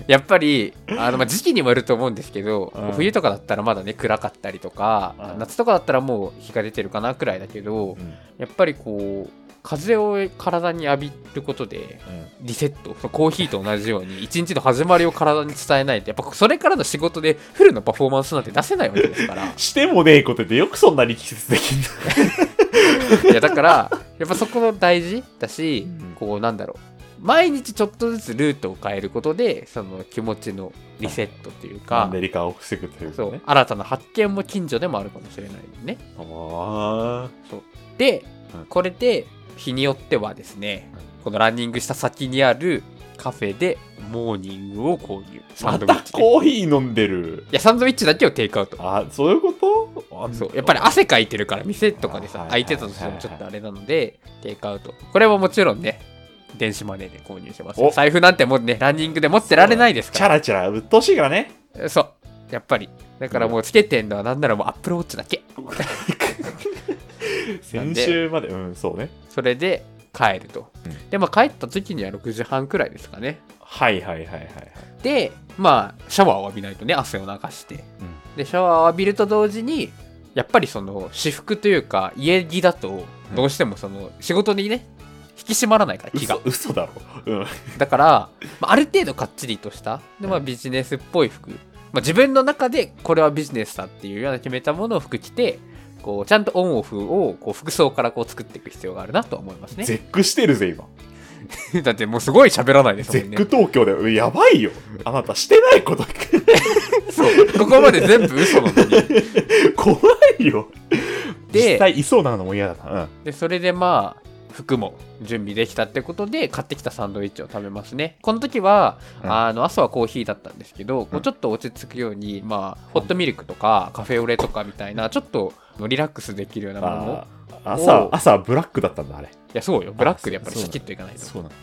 [SPEAKER 2] やっぱりあの、まあ、時期にもよると思うんですけど、
[SPEAKER 1] うん
[SPEAKER 2] 冬とかだったらまだね暗かったりとか、
[SPEAKER 1] うん
[SPEAKER 2] 夏とかだったらもう日が出てるかなくらいだけど、
[SPEAKER 1] うん
[SPEAKER 2] やっぱりこう風を体に浴びることでリセットそのコーヒーと同じように一日の始まりを体に伝えないとやっぱそれからの仕事でフルのパフォーマンスなんて出せないわけ ですから
[SPEAKER 1] してもねえことでよくそんな力説できん
[SPEAKER 2] いやだからやっぱそこの大事だし、
[SPEAKER 1] うん
[SPEAKER 2] こうなんだろう毎日ちょっとずつルートを変えることでその気持ちのリセットという
[SPEAKER 1] だ。
[SPEAKER 2] か
[SPEAKER 1] アメリカを防ぐというか
[SPEAKER 2] そ
[SPEAKER 1] ね
[SPEAKER 2] う。新たな発見も近所でもあるかもしれないね。
[SPEAKER 1] あ
[SPEAKER 2] で
[SPEAKER 1] うん、
[SPEAKER 2] これで日によってはですね、このランニングした先にあるカフェでモーニングを購入。サ
[SPEAKER 1] ま
[SPEAKER 2] ンドイ
[SPEAKER 1] た
[SPEAKER 2] ッチで。い
[SPEAKER 1] コーヒー飲んでる。
[SPEAKER 2] や、サンドイッチだけをテイクアウト。
[SPEAKER 1] あ、そういうことあ
[SPEAKER 2] そうやっぱり汗かいてるから店とかで
[SPEAKER 1] は
[SPEAKER 2] さ
[SPEAKER 1] いは
[SPEAKER 2] 空
[SPEAKER 1] い
[SPEAKER 2] いてたとしてもちょっとあれなのでテイクアウトこれももちろんね電子マネーで購入してますよ
[SPEAKER 1] お
[SPEAKER 2] 財布なんてもうねランニングで持ってられないです
[SPEAKER 1] チャ
[SPEAKER 2] か
[SPEAKER 1] ラチャラ、うっとうしいからね。
[SPEAKER 2] らそうやっぱりだからもうつけてんのはなんならもうアップルウォッチだけ
[SPEAKER 1] 先週まで、うん、そうね。
[SPEAKER 2] それで帰ると、
[SPEAKER 1] うん
[SPEAKER 2] でまあ帰った時には6時半くらいですかね
[SPEAKER 1] はいはいはいはいはい。
[SPEAKER 2] でまあシャワーを浴びないとね汗を流してでシャワーを浴びると同時にやっぱりその私服というか家着だとどうしてもその仕事にね引き締まらないから気が
[SPEAKER 1] 嘘嘘だろ。うん。
[SPEAKER 2] だから、まあ、ある程度かっちりとしたで、まあ、
[SPEAKER 1] うん
[SPEAKER 2] ビジネスっぽい服、まあ、自分の中でこれはビジネスだっていうような決めたものを服着てこうちゃんとオンオフをこう服装からこう作っていく必要があるなとは思いますね。
[SPEAKER 1] 絶句してるぜ、今。
[SPEAKER 2] だってもうすごい喋らないですも
[SPEAKER 1] 絶
[SPEAKER 2] んね
[SPEAKER 1] 句。東京だよ。やばいよ。あなた、してないこと
[SPEAKER 2] そうここまで全部嘘 なのに。
[SPEAKER 1] 怖いよ。
[SPEAKER 2] で
[SPEAKER 1] 実際いそうなのも嫌だな。うん。
[SPEAKER 2] でそれでまあ服も準備できたってことで買ってきたサンドイッチを食べますね。この時は、
[SPEAKER 1] うん
[SPEAKER 2] あの朝はコーヒーだったんですけど、こうちょっと落ち着くように、まあ、ホットミルクとかカフェオレとかみたいなちょっとリラックスできるようなものを
[SPEAKER 1] あー朝
[SPEAKER 2] お、
[SPEAKER 1] 朝、ブラックだったんだ、あれ。
[SPEAKER 2] いやそうよブラックでやっぱり
[SPEAKER 1] そうだ
[SPEAKER 2] シャキッといかないと
[SPEAKER 1] うなんだ。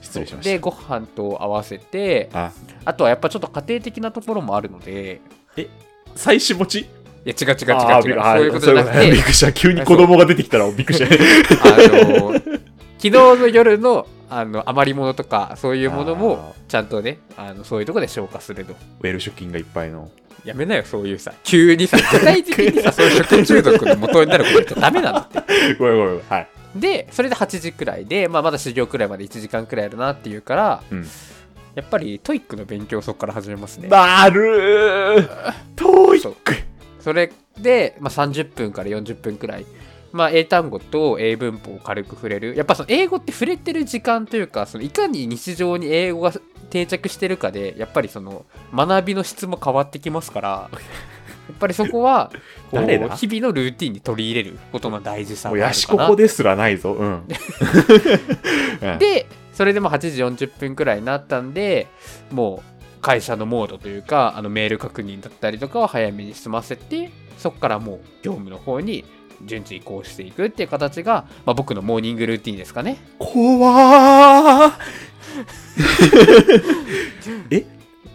[SPEAKER 1] 失礼しま
[SPEAKER 2] で
[SPEAKER 1] した。
[SPEAKER 2] ご飯と合わせて
[SPEAKER 1] あ、
[SPEAKER 2] あとはやっぱちょっと家庭的なところもあるので
[SPEAKER 1] 妻子持ち
[SPEAKER 2] いや違う違う違う違う
[SPEAKER 1] あーびあー
[SPEAKER 2] そういうことじゃなく
[SPEAKER 1] そういうことねび
[SPEAKER 2] て
[SPEAKER 1] っくりした。急に子供が出てきたらびっくりした。
[SPEAKER 2] あの昨日の夜のあの余り物とかそういうものもちゃんとねあのそういうところで消化すると
[SPEAKER 1] ウェルシュ菌がいっぱいの。
[SPEAKER 2] やめなよそういうさ急にさ具体的にさそういう食中毒の元になること言っちゃダメなんだって
[SPEAKER 1] ごめんごめんごめん。はい。
[SPEAKER 2] でそれで8時くらいで、まあ、まだ修行くらいまで1時間くらいあるなっていうから、
[SPEAKER 1] うん
[SPEAKER 2] やっぱりトイックの勉強をそこから始めますね
[SPEAKER 1] なるー遠い
[SPEAKER 2] そうそれで、まあ、30分から40分くらい、まあ、英単語と英文法を軽く触れるやっぱその英語って触れてる時間というかそのいかに日常に英語が定着してるかでやっぱりその学びの質も変わってきますからやっぱりそこはこう
[SPEAKER 1] 誰だ
[SPEAKER 2] 日々のルーティンに取り入れることの大事さ
[SPEAKER 1] もう
[SPEAKER 2] があ
[SPEAKER 1] ヤ
[SPEAKER 2] る
[SPEAKER 1] シ
[SPEAKER 2] か
[SPEAKER 1] コ
[SPEAKER 2] な
[SPEAKER 1] コですらないぞ。うん。 うん、
[SPEAKER 2] でそれでも8時40分くらいになったんでもう会社のモードというかあのメール確認だったりとかを早めに済ませてそこからもう業務の方に順次移行していくっていう形が、まあ、僕のモーニングルーティンですかね
[SPEAKER 1] 怖ーえ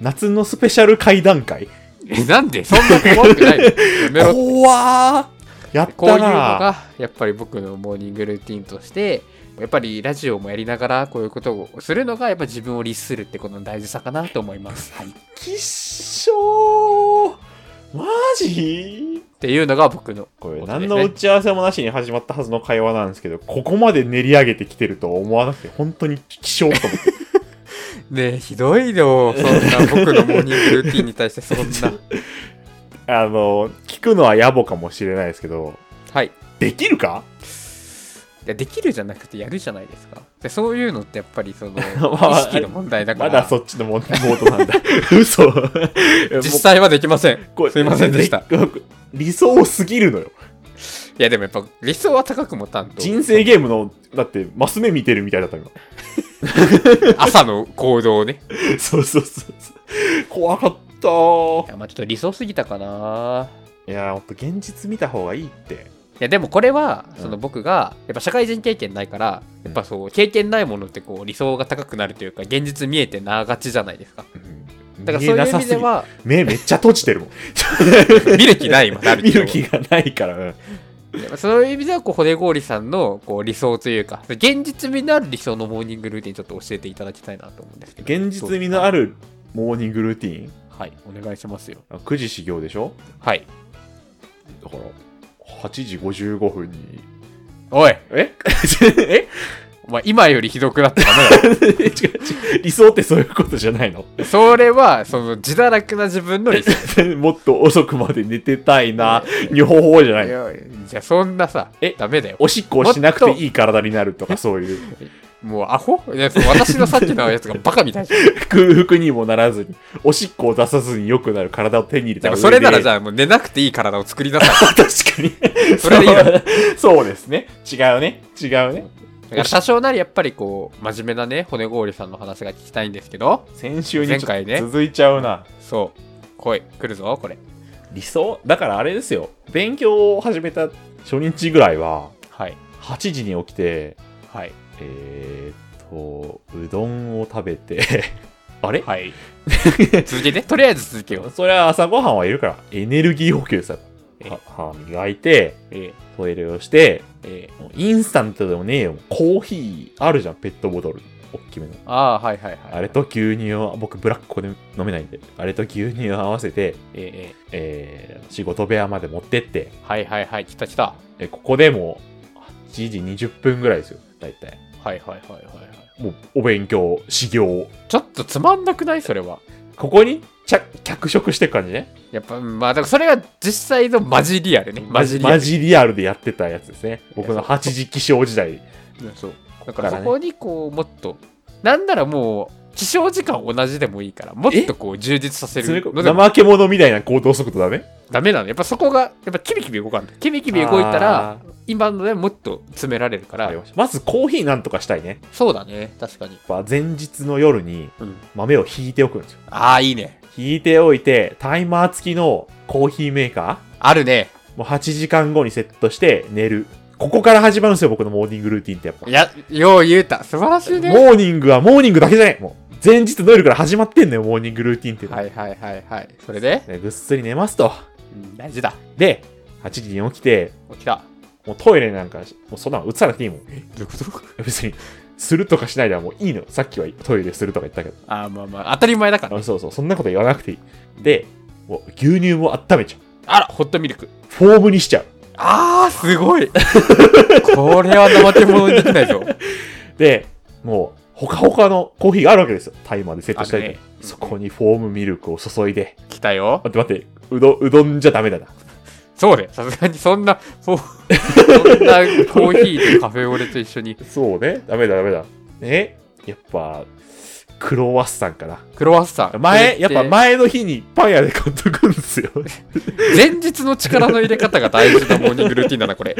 [SPEAKER 1] 夏のスペシャル会談会
[SPEAKER 2] えなんでそんな怖 くないのやめろ
[SPEAKER 1] 怖ーやっ
[SPEAKER 2] こういう
[SPEAKER 1] たな
[SPEAKER 2] のがやっぱり僕のモーニングルーティンとしてやっぱりラジオもやりながらこういうことをするのがやっぱ自分を律するってことの大事さかなと思います、はい、っ
[SPEAKER 1] きっしょーマジ
[SPEAKER 2] ていうのが僕の
[SPEAKER 1] こ
[SPEAKER 2] ことで
[SPEAKER 1] れ
[SPEAKER 2] す
[SPEAKER 1] 何
[SPEAKER 2] ね
[SPEAKER 1] の打ち合わせもなしに始まったはずの会話なんですけど、ここまで練り上げてきてるとは思わなくて、本当に希少と思って。
[SPEAKER 2] ねえひどいよそんな僕のモーニングルーティンに対してそん な
[SPEAKER 1] あの、聞くのは野暮かもしれないですけど、
[SPEAKER 2] はいい
[SPEAKER 1] できるか
[SPEAKER 2] やできるじゃなくてやるじゃないですかでそういうのってやっぱり その意
[SPEAKER 1] あ
[SPEAKER 2] 識の問題だか
[SPEAKER 1] ま
[SPEAKER 2] ら、
[SPEAKER 1] だそっちのモードなんだ。 嘘。
[SPEAKER 2] 実際はできませんい
[SPEAKER 1] もう
[SPEAKER 2] すいませんでした。
[SPEAKER 1] これ理想すぎるのよ。
[SPEAKER 2] やでもやっぱ理想は高く持たんと
[SPEAKER 1] 人生ゲームの、だって、マス目見てるみたいだった今。
[SPEAKER 2] 朝の行動をね
[SPEAKER 1] そうそうそうそう。怖かった
[SPEAKER 2] い
[SPEAKER 1] ー
[SPEAKER 2] やまあちょっと理想すぎたかない
[SPEAKER 1] やー、ほんと現実見た方がいいって。
[SPEAKER 2] いやでもこれは
[SPEAKER 1] うん
[SPEAKER 2] その僕がやっぱ社会人経験ないからやっぱそう経験ないものってこう理想が高くなるというか現実見えてながちじゃないですかだからそういう意味では
[SPEAKER 1] 見えなさすぎ。目めっちゃ閉じてる もん。
[SPEAKER 2] 見る気ないもんある
[SPEAKER 1] 見
[SPEAKER 2] けど
[SPEAKER 1] る気がないから。うん
[SPEAKER 2] やっぱ そういう意味ではこう骨氷さんのこう理想というか現実味のある理想のモーニングルーティンちょっと教えていただきたいなと思うんですけど
[SPEAKER 1] 現実味のあるモーニングルーティーン
[SPEAKER 2] はいお願いしますよ
[SPEAKER 1] あ。9時始業でしょ
[SPEAKER 2] はい
[SPEAKER 1] だから、8時55分に。
[SPEAKER 2] おい
[SPEAKER 1] ええ
[SPEAKER 2] お前今よりひどくなってダメだ
[SPEAKER 1] 違う違う。理想ってそういうことじゃないの
[SPEAKER 2] ろ それはその自堕落な自分の理想
[SPEAKER 1] もっと遅くまで寝てたい な、女房じゃないいの。
[SPEAKER 2] やじゃあそんなさ
[SPEAKER 1] え
[SPEAKER 2] ダメだよ
[SPEAKER 1] おしっこをしなくていい体になるとかそういう。
[SPEAKER 2] もうアホいやそう私のさっきのやつがバカみたいじゃん
[SPEAKER 1] 空腹にもならずに、おしっこを出さずに良くなる体を手に入れ
[SPEAKER 2] で
[SPEAKER 1] た
[SPEAKER 2] もそれならじ
[SPEAKER 1] ゃ
[SPEAKER 2] ゃあもう寝なくていい体を作りな さい
[SPEAKER 1] 確かに。
[SPEAKER 2] それでいいだ
[SPEAKER 1] そうそうですね。違うね。違うね。
[SPEAKER 2] だから多少なりやっぱりこう、真面目なね、骨氷さんの話が聞きたいんですけど、
[SPEAKER 1] 先週にちょっと
[SPEAKER 2] 前回ね
[SPEAKER 1] 続いちゃうな。
[SPEAKER 2] そう、来い、来るぞ、これ。
[SPEAKER 1] 理想だからあれですよ。勉強を始めた初日ぐらいは、
[SPEAKER 2] はい、
[SPEAKER 1] 8時に起きて、
[SPEAKER 2] はい、
[SPEAKER 1] えーっと、うどんを食べて、 あれ、
[SPEAKER 2] はい。続けて、とりあえず続けよう。
[SPEAKER 1] それは朝ごはんはいるから、エネルギー補給さ、
[SPEAKER 2] え
[SPEAKER 1] は歯磨いて、
[SPEAKER 2] え
[SPEAKER 1] トイレをして、
[SPEAKER 2] ー、えー、
[SPEAKER 1] もうインスタントでもねえよ。コーヒーあるじゃん、ペットボトル。大きめの。
[SPEAKER 2] ああ、はいはいはい。
[SPEAKER 1] あれと牛乳を、僕ブラックで飲めないんで、あれと牛乳を合わせて、
[SPEAKER 2] えー、え
[SPEAKER 1] えー仕事部屋まで持ってって、
[SPEAKER 2] ー、はいはいはい、来た来た。
[SPEAKER 1] えここでもう8時20分ぐらいですよ、大体。
[SPEAKER 2] はいはいはいはいはい。
[SPEAKER 1] もうお勉強、修行。
[SPEAKER 2] ちょっとつまんなくないそれは。
[SPEAKER 1] ここに着脚色してく感じね。
[SPEAKER 2] やっぱ、まあ、だからそれが実際のマジリアルね。マジリアル。
[SPEAKER 1] マジリアルでやってたやつですね。僕の8時起床時代。
[SPEAKER 2] そう。だからそこにこう、もっと、なんならもう、起床時間同じでもいいから、もっとこう充実させ
[SPEAKER 1] それ
[SPEAKER 2] る
[SPEAKER 1] こ
[SPEAKER 2] のでも
[SPEAKER 1] 怠け者みたいな行動速度だね。
[SPEAKER 2] ダメなの。やっぱそこが、やっぱキビキビ動かんの。キビキビ動いたら
[SPEAKER 1] あ、
[SPEAKER 2] 今のでもっと詰められるか
[SPEAKER 1] ー、わか
[SPEAKER 2] ら
[SPEAKER 1] り、ましたまずコーヒーなんとかしたいね。
[SPEAKER 2] そうだね、確かに。
[SPEAKER 1] やっぱ前日の夜に
[SPEAKER 2] うん。
[SPEAKER 1] 豆を引いておくんですよ。
[SPEAKER 2] ああ、いいね。
[SPEAKER 1] 引いておいて、タイマー付きのコーヒーメーカ
[SPEAKER 2] あるね。
[SPEAKER 1] ー、もう8時間後にセットして寝る。ここから始まるんですよ、僕のモーニングルーティンってやっぱ
[SPEAKER 2] い。や、よう言うた。素晴らしいね。
[SPEAKER 1] モーニングはモーニングだけじゃないもう前日の夜から始まってんのよ、モーニングルーティンっていうのは
[SPEAKER 2] はいはいはいはい。それで、
[SPEAKER 1] でぐっすり寝ますと。
[SPEAKER 2] うん大事だ。
[SPEAKER 1] で、8時に起きて、
[SPEAKER 2] 起きた。
[SPEAKER 1] もうトイレなんか、もうそんなの映さなくていいもん。
[SPEAKER 2] どういうこと
[SPEAKER 1] 別に、するとかしないではもういいのよ。さっきはトイレするとか言ったけど。
[SPEAKER 2] ああ、まあまあ、当たり前だから
[SPEAKER 1] あ。そうそう、そんなこと言わなくていい。で、もう牛乳も温めちゃう。
[SPEAKER 2] あら、ホットミルク。
[SPEAKER 1] フォームにしちゃう。
[SPEAKER 2] ああ、すごい。 これは怠け者にできないぞ。
[SPEAKER 1] で、もう、ほかほかのコーヒーがあるわけですよ。タイマーでセットしたり、
[SPEAKER 2] あるね
[SPEAKER 1] そこにフォームミルクを注いで。
[SPEAKER 2] 来たよ。
[SPEAKER 1] 待って待って、うどん、うどんじゃダメだな。
[SPEAKER 2] そうで、さすがにそんな、そうそんなコーヒーとカフェオレと一緒に、
[SPEAKER 1] そうね。ダメだ、ダメだ。えやっぱ、クロワッサンかな。
[SPEAKER 2] クロワッサン。
[SPEAKER 1] 前、やっぱ
[SPEAKER 2] 前
[SPEAKER 1] 前の日にパン屋で買っとくんです よ。
[SPEAKER 2] 前日の力の入れ方が大事なモーニングルーティンだな、これ。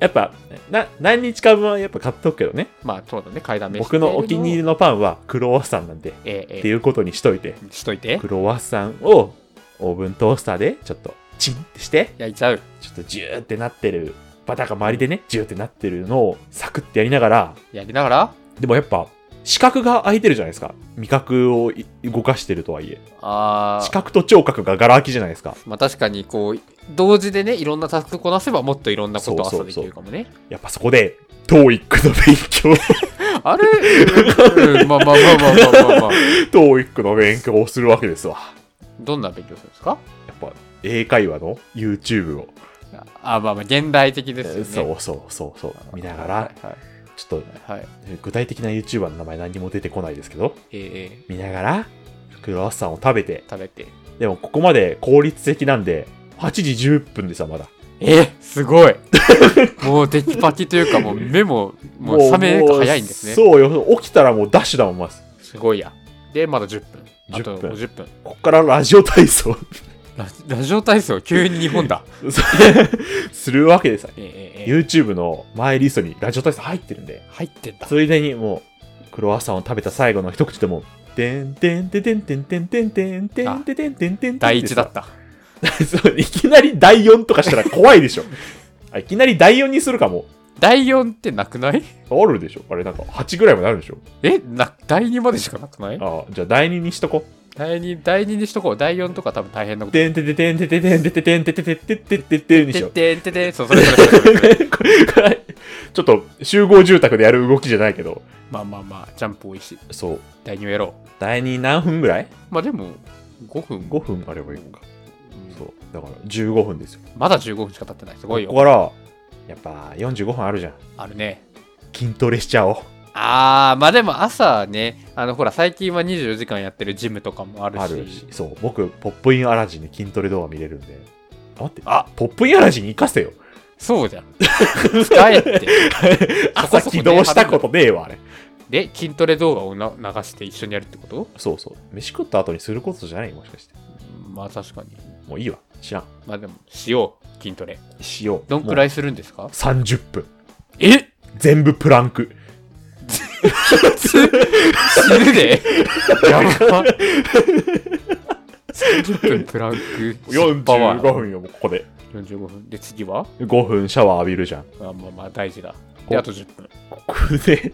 [SPEAKER 1] やっぱ、な、何日か分はやっぱ買っとくけどね。
[SPEAKER 2] まあ、そうだね、階段飯
[SPEAKER 1] 僕のお気に入りのパンはクロワッサンなんで、っ
[SPEAKER 2] ええ
[SPEAKER 1] て
[SPEAKER 2] え
[SPEAKER 1] いうことにしといて、
[SPEAKER 2] えしといて
[SPEAKER 1] ク。ロワッサンをオーブントースターでちょっとチンってして、
[SPEAKER 2] 焼いちゃう。
[SPEAKER 1] ちょっとジューってなってる、バタが周りでね、ジューってなってるのをサクってやりながら、
[SPEAKER 2] やりながら、
[SPEAKER 1] でもやっぱ、視覚が空いてるじゃないですか。味覚をい動かしてるとはいえ。
[SPEAKER 2] あ
[SPEAKER 1] 視
[SPEAKER 2] あ、
[SPEAKER 1] 覚と聴覚がガラ空きじゃないですか。
[SPEAKER 2] まあ確かにこう、同時でね、いろんなタスクこなせばもっといろんなことを
[SPEAKER 1] そう
[SPEAKER 2] 朝
[SPEAKER 1] そう
[SPEAKER 2] で
[SPEAKER 1] そ
[SPEAKER 2] き
[SPEAKER 1] う
[SPEAKER 2] るかもね。
[SPEAKER 1] やっぱそこで、TOEIC の勉強、
[SPEAKER 2] あれ、うんまあまあまあまあまあまあまあ。
[SPEAKER 1] TOEIC の勉強をするわけですわ。
[SPEAKER 2] どんな勉強するんですか
[SPEAKER 1] やっぱ、英会話の YouTube を、
[SPEAKER 2] あまあまあ現代的ですよね。
[SPEAKER 1] そうそうそうそう、見ながら、
[SPEAKER 2] はいはい
[SPEAKER 1] ちょっと、
[SPEAKER 2] はい、はい
[SPEAKER 1] 具体的な YouTuber の名前何にも出てこないですけど、
[SPEAKER 2] ええ
[SPEAKER 1] 見ながら、クロワッサンを食べて、
[SPEAKER 2] 食べて。
[SPEAKER 1] でもここまで効率的なんで、8時10分でさ、まだ。
[SPEAKER 2] えすごいもうテキパキというかもう目ももう覚めが早いんですね。
[SPEAKER 1] もうそうよ、起きたらもうダッシュだもん、まず。
[SPEAKER 2] すごいや。で、まだ10分。あと
[SPEAKER 1] 10分
[SPEAKER 2] 50分。
[SPEAKER 1] こっからラジオ体操
[SPEAKER 2] ラジラジオ体操、急に日 本だ。
[SPEAKER 1] するわけでさ、
[SPEAKER 2] ええええ
[SPEAKER 1] YouTube のマイリストにラジオ体操入ってるんで、
[SPEAKER 2] 入ってんだ。
[SPEAKER 1] ついでにもう、クロワッサンを食べた最後の一口でも、てんてんてんてんてんてんてんてんてんてんてんてんてん
[SPEAKER 2] 第一だった。
[SPEAKER 1] そういきなり第4とかしたら怖いでしょ。あいきなり第4にするかも。
[SPEAKER 2] 第4ってなくない
[SPEAKER 1] あるでしょあれなんか8ぐらいまであるでしょ
[SPEAKER 2] えな第2までしかなくない
[SPEAKER 1] ああ、じゃあ第2にしとこう。
[SPEAKER 2] 第 2, 第2にしとこう。第4とか多分大変なこと。
[SPEAKER 1] てんてててんてててんてててんてててててててに
[SPEAKER 2] て
[SPEAKER 1] し
[SPEAKER 2] っ
[SPEAKER 1] よう。
[SPEAKER 2] てんててん。そう、それそれそれ それ。
[SPEAKER 1] これこれちょっと集合住宅でやる動きじゃないけど。
[SPEAKER 2] まあまあまあ、ジャンプ多いし、
[SPEAKER 1] そう。
[SPEAKER 2] 第2をやろう。
[SPEAKER 1] 第2何分ぐらい
[SPEAKER 2] まあでも、5分。
[SPEAKER 1] ?5 分あればいいのか。
[SPEAKER 2] うん
[SPEAKER 1] そう。だから15分ですよ。
[SPEAKER 2] まだ15分しか経ってない。すごい
[SPEAKER 1] こ
[SPEAKER 2] よ。
[SPEAKER 1] こから、やっぱ45分あるじゃん。
[SPEAKER 2] あるね。
[SPEAKER 1] 筋トレしちゃおう。
[SPEAKER 2] あー、まあでも朝ね、あのほら、最近は24時間やってるジムとかもあるし、
[SPEAKER 1] あるし。そう。僕、ポップインアラジンで筋トレ動画見れるんで。あ待って、あポップインアラジンに行かせよ。
[SPEAKER 2] そうじゃん。使えって。 そこ
[SPEAKER 1] 朝
[SPEAKER 2] そこね
[SPEAKER 1] 起動したことねえわ、あれ。
[SPEAKER 2] で、筋トレ動画をな流して一緒にやるってこと
[SPEAKER 1] そうそう。飯食った後にすることじゃないもしかして。
[SPEAKER 2] まあ確かに。
[SPEAKER 1] もういいわ。知らん。
[SPEAKER 2] まあでも、しよう、筋トレ。
[SPEAKER 1] しよう。
[SPEAKER 2] どんくら
[SPEAKER 1] い
[SPEAKER 2] いするんですか
[SPEAKER 1] 30分。
[SPEAKER 2] え
[SPEAKER 1] 全部プランク。
[SPEAKER 2] 死ぬ で。や ば。30分プランク。パワ
[SPEAKER 1] 45
[SPEAKER 2] ー。
[SPEAKER 1] 分よ、もうここで。
[SPEAKER 2] 45分。で、次は
[SPEAKER 1] 5分シャワー浴びるじ ゃん。
[SPEAKER 2] あまあまあ、大事だ。で、あと10分。
[SPEAKER 1] ここで、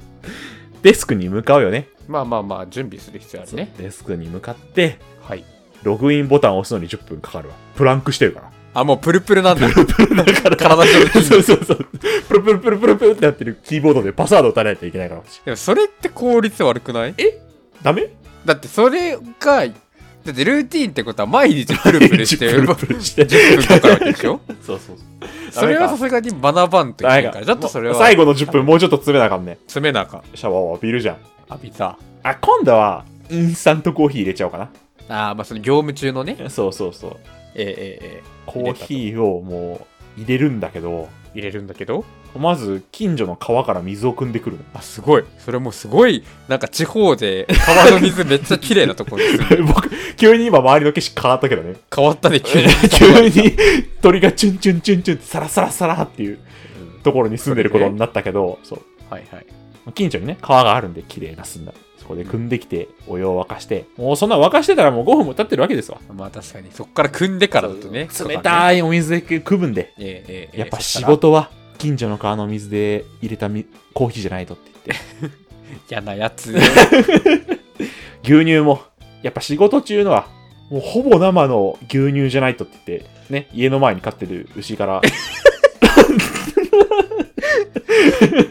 [SPEAKER 1] デスクに向かうよね。
[SPEAKER 2] まあまあまあ、準備する必要あるね。
[SPEAKER 1] デスクに向かって、
[SPEAKER 2] はい。
[SPEAKER 1] ログインボタンを押すのに10分かかるわ。プランクしてる から。
[SPEAKER 2] あ、もうプルプルなんだ。体中の筋
[SPEAKER 1] そうそうそう。 プルプルプルプルプルってなってるキーボードでパスワード打たないといけないから。
[SPEAKER 2] でもそれって効率悪くない
[SPEAKER 1] ダメ
[SPEAKER 2] だってそれが、だってルーティーンってことは毎日プル プルして
[SPEAKER 1] プルプルして。
[SPEAKER 2] 10分かかるわけでしょ
[SPEAKER 1] そうそうそう。
[SPEAKER 2] それはさすがに学ばんといけないから、ちょっとそれは
[SPEAKER 1] 最後の10分もうちょっと詰めなあかんね。
[SPEAKER 2] 詰めなあかん。
[SPEAKER 1] シャワーを浴びるじゃん。
[SPEAKER 2] 浴びた。
[SPEAKER 1] あ、今度は、インスタントコーヒー入れちゃおうか
[SPEAKER 2] ああ、まあその業務中のね、
[SPEAKER 1] な。そうそうそう。
[SPEAKER 2] ええええ
[SPEAKER 1] コーヒーをもう入れるんだけど、
[SPEAKER 2] 入れるんだけど、
[SPEAKER 1] まず近所の川から水を汲んでくるの。
[SPEAKER 2] あ、すごい。それもうすごい、なんか地方で川の水めっちゃ綺麗なところです。
[SPEAKER 1] 僕、急に今周りの景色変わったけどね。
[SPEAKER 2] 変わったね、急に。
[SPEAKER 1] 急に鳥がチュンチュンチュンチュンってサラサラサラっていう
[SPEAKER 2] うん
[SPEAKER 1] ところに住んでることになったけど、そう。
[SPEAKER 2] はいはい。
[SPEAKER 1] 近所にね、川があるんで綺麗な澄んだ。そこで汲んできて、お湯を沸かして、もうそんな沸かしてたらもう5分も経ってるわけですわ。
[SPEAKER 2] まあ確かに、そっから組んでからだとね。
[SPEAKER 1] 冷
[SPEAKER 2] い。
[SPEAKER 1] たいお水で汲むんで、
[SPEAKER 2] ええええええ
[SPEAKER 1] やっぱ
[SPEAKER 2] そ
[SPEAKER 1] 仕
[SPEAKER 2] たら
[SPEAKER 1] 事は近所の川の水で入れたみコーヒーじゃないとって言って。
[SPEAKER 2] 嫌なやつ。
[SPEAKER 1] 牛乳も、やっぱ仕事中のは、もうほぼ生の牛乳じゃないとって言って、ね、家の前に飼ってる牛 から、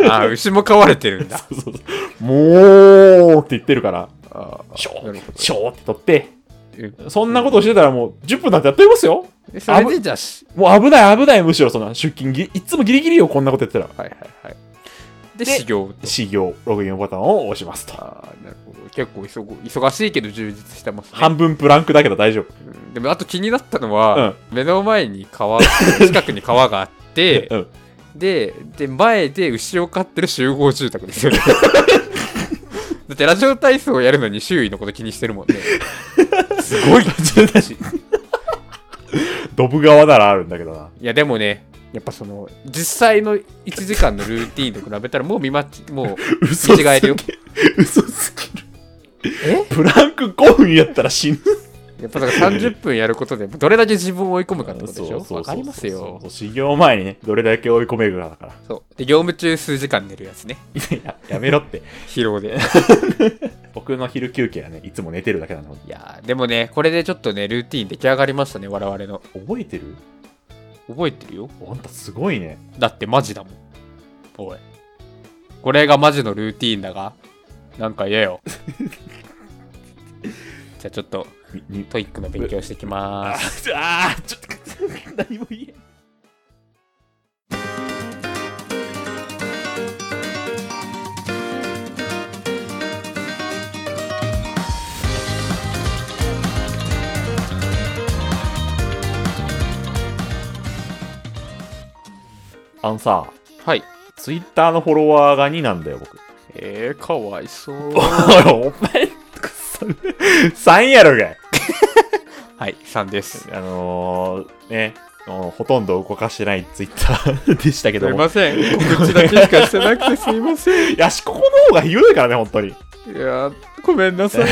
[SPEAKER 2] ああ、牛も飼われてるんだ。
[SPEAKER 1] そうそうそうもうって言ってるから、
[SPEAKER 2] あ
[SPEAKER 1] ショ
[SPEAKER 2] なる
[SPEAKER 1] ー
[SPEAKER 2] ほ、ど
[SPEAKER 1] ショーって取って、
[SPEAKER 2] うん
[SPEAKER 1] そんなことをしてたらもう10分なんてやってますよ。
[SPEAKER 2] でそれでじゃあし、
[SPEAKER 1] もう危ない危ない、むしろそんな出勤ぎ、いっつもギリギリよ、こんなことやってたら。
[SPEAKER 2] はいはいはい。で、
[SPEAKER 1] で
[SPEAKER 2] 修行と。
[SPEAKER 1] 始業、ログインボタンを押しますと。
[SPEAKER 2] ああ、なるほど。結構忙忙しいけど充実してますね。
[SPEAKER 1] 半分プランクだけど大丈夫。
[SPEAKER 2] うんでも、あと気になったのは、目の前に川、近くに川があって、
[SPEAKER 1] うん。
[SPEAKER 2] で、で、前で牛を飼ってる集合住 宅ですよね。だってラジオ体操をやるのに周囲のこと気にしてるもんね。
[SPEAKER 1] すごい。ドブ川ならあるんだけどな。
[SPEAKER 2] いやでもね、やっぱその、実際の1時間のルーティーンと比べたらもう見間違もう
[SPEAKER 1] 嘘
[SPEAKER 2] 見違えるよ。
[SPEAKER 1] 嘘すぎる。
[SPEAKER 2] え
[SPEAKER 1] プランク5分やったら死ぬ。
[SPEAKER 2] やっぱだから30分やることでどれだけ自分を追い込むかってことでし
[SPEAKER 1] そうそう
[SPEAKER 2] ょ
[SPEAKER 1] そう
[SPEAKER 2] わかりますよ
[SPEAKER 1] そう。修行前にね、どれだけ追い込めるかだから。
[SPEAKER 2] そう。で、業務中数時間寝るやつね。
[SPEAKER 1] や やめろって。
[SPEAKER 2] 疲労で。
[SPEAKER 1] 僕の昼休憩はね、いつも寝てるだけなの。
[SPEAKER 2] いやーでもね、これでちょっとね、ルーティーン出来上がりましたね、我々の。
[SPEAKER 1] 覚えてる
[SPEAKER 2] 覚えてるよ。
[SPEAKER 1] あんたすごいね。
[SPEAKER 2] だってマジだもん。おい。これがマジのルーティーンだが、なんか言えよ。 じゃあちょっと、
[SPEAKER 1] みに
[SPEAKER 2] トイックの勉強してきま
[SPEAKER 1] あ
[SPEAKER 2] ーす。
[SPEAKER 1] ー あー、ちょっと、何も言えん。あのさ、
[SPEAKER 2] はい。
[SPEAKER 1] ツイッターのフォロワーが2なんだよ、僕。
[SPEAKER 2] えー、かわいそう。
[SPEAKER 1] おい、お前、くそ、3やろがい。
[SPEAKER 2] はい、3です。
[SPEAKER 1] あのー、ね、もうほとんど動かしてないツイッターでしたけ
[SPEAKER 2] す
[SPEAKER 1] ど
[SPEAKER 2] い
[SPEAKER 1] も。
[SPEAKER 2] ません。告知だけしかしてなくてすいません。
[SPEAKER 1] いやし、ここの方が言うからね、本当に。
[SPEAKER 2] いやーごめんなさい。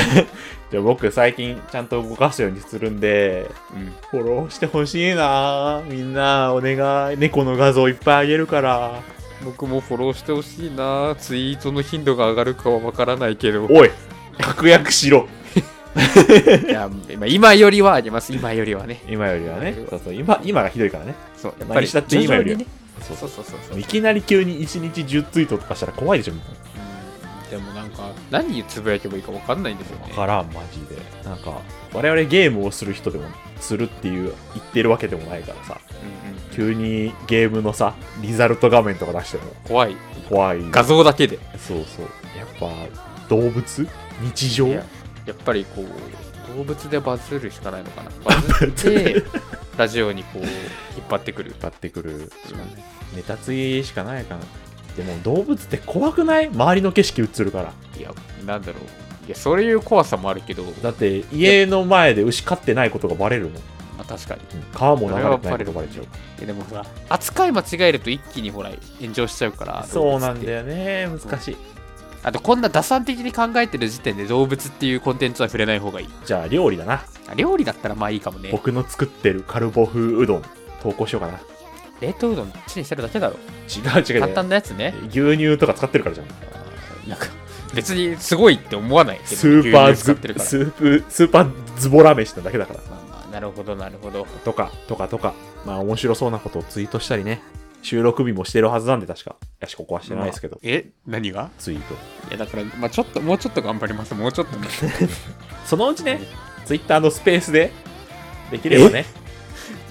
[SPEAKER 1] じゃあ僕、最近ちゃんと動かすようにするんで、
[SPEAKER 2] うん
[SPEAKER 1] フォローしてほしいなみんな、お願い。猫の画像いっぱいあげるから。
[SPEAKER 2] 僕もフォローしてほしいなツイートの頻度が上がるかはわからないけど
[SPEAKER 1] おい、確約しろ。
[SPEAKER 2] いや今今よりはあります今よりはね
[SPEAKER 1] 今よりはね。そうそう、今、今がひどいからね。
[SPEAKER 2] そうやっぱ
[SPEAKER 1] 何
[SPEAKER 2] り
[SPEAKER 1] したって今より
[SPEAKER 2] 徐々
[SPEAKER 1] は
[SPEAKER 2] にね。
[SPEAKER 1] そう
[SPEAKER 2] そ
[SPEAKER 1] そう。
[SPEAKER 2] そうそうそうう
[SPEAKER 1] いきなり急に1日10ツイートとかしたら怖いでしょ、みんな。
[SPEAKER 2] うんでもなんか何つぶやけばいいかわかんないんですよね
[SPEAKER 1] わからんマジでなんか我々ゲームをする人でもするっていう言ってるわけでもないからさ
[SPEAKER 2] うんうん
[SPEAKER 1] 急にゲームのさリザルト画面とか出しても
[SPEAKER 2] 怖い
[SPEAKER 1] 怖い
[SPEAKER 2] 画像だけで
[SPEAKER 1] そうそうやっぱ動物日常
[SPEAKER 2] いややっぱりこう動物でバズるしかないのかなバズっ
[SPEAKER 1] ズ
[SPEAKER 2] てラジオにこう引っ張ってくる
[SPEAKER 1] 買ってくるネタついしかないかなでも動物って怖くない周りの景色映るから
[SPEAKER 2] いやなんだろういやそういう怖さもあるけど、ま
[SPEAKER 1] だって家の前で牛飼ってないことがバレるもん、うん
[SPEAKER 2] あ、確かに
[SPEAKER 1] 川も流れてないことバレちゃう
[SPEAKER 2] いやでもほら扱い間違えると一気にほら炎上しちゃうから
[SPEAKER 1] そうなんだ
[SPEAKER 2] よ
[SPEAKER 1] よね難しい
[SPEAKER 2] あとこんな打算的に考えてる時点で動物っていうコンテンツは触れない方がいい
[SPEAKER 1] じゃあ料理だな。
[SPEAKER 2] あ料理だったらまあいいかもね
[SPEAKER 1] 僕の作ってるカルボ風うどん、投稿しようかな。
[SPEAKER 2] 冷凍うどんチンしてるだけだろ
[SPEAKER 1] 違う違う違う。
[SPEAKER 2] 簡単なやつね
[SPEAKER 1] 牛乳とか使ってるからじゃん。
[SPEAKER 2] なんか別にすごいって思わないけど
[SPEAKER 1] スーパー
[SPEAKER 2] 牛乳使
[SPEAKER 1] ズ
[SPEAKER 2] ってる、から
[SPEAKER 1] スープ、スーパーズボラ飯なだけだから。
[SPEAKER 2] まあまあなるほどなるほど
[SPEAKER 1] とか、とか、とか。まあ面白そうなことをツイートしたりね。収録日もしてるはずなんで確か。よし、ここはしてないですけど。
[SPEAKER 2] え何が
[SPEAKER 1] ツイート。
[SPEAKER 2] いやだから、まあ、ちょっともうちょっと頑張りますもうちょっとね
[SPEAKER 1] そのうちね、ツイッターのスペースで、できればね。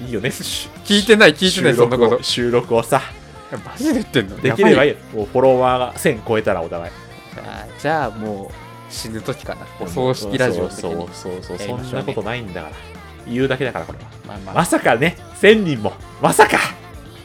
[SPEAKER 1] いいよね。
[SPEAKER 2] 聞いてない聞いてないそんなこと
[SPEAKER 1] 収録を収録をさ、
[SPEAKER 2] マジで言ってんの
[SPEAKER 1] できればいい
[SPEAKER 2] や
[SPEAKER 1] よ。もうフォロワーが1000超えたらお互い。
[SPEAKER 2] ばいあーじゃあもう死ぬ時かなお葬式ラジオの時
[SPEAKER 1] そ
[SPEAKER 2] に
[SPEAKER 1] うそうそうそう、
[SPEAKER 2] やり
[SPEAKER 1] そ
[SPEAKER 2] ま
[SPEAKER 1] ん
[SPEAKER 2] しょう
[SPEAKER 1] な
[SPEAKER 2] ね
[SPEAKER 1] ことないんだから。言うだけだから、これは。
[SPEAKER 2] まあまあ
[SPEAKER 1] まさかね、1000人も。まさか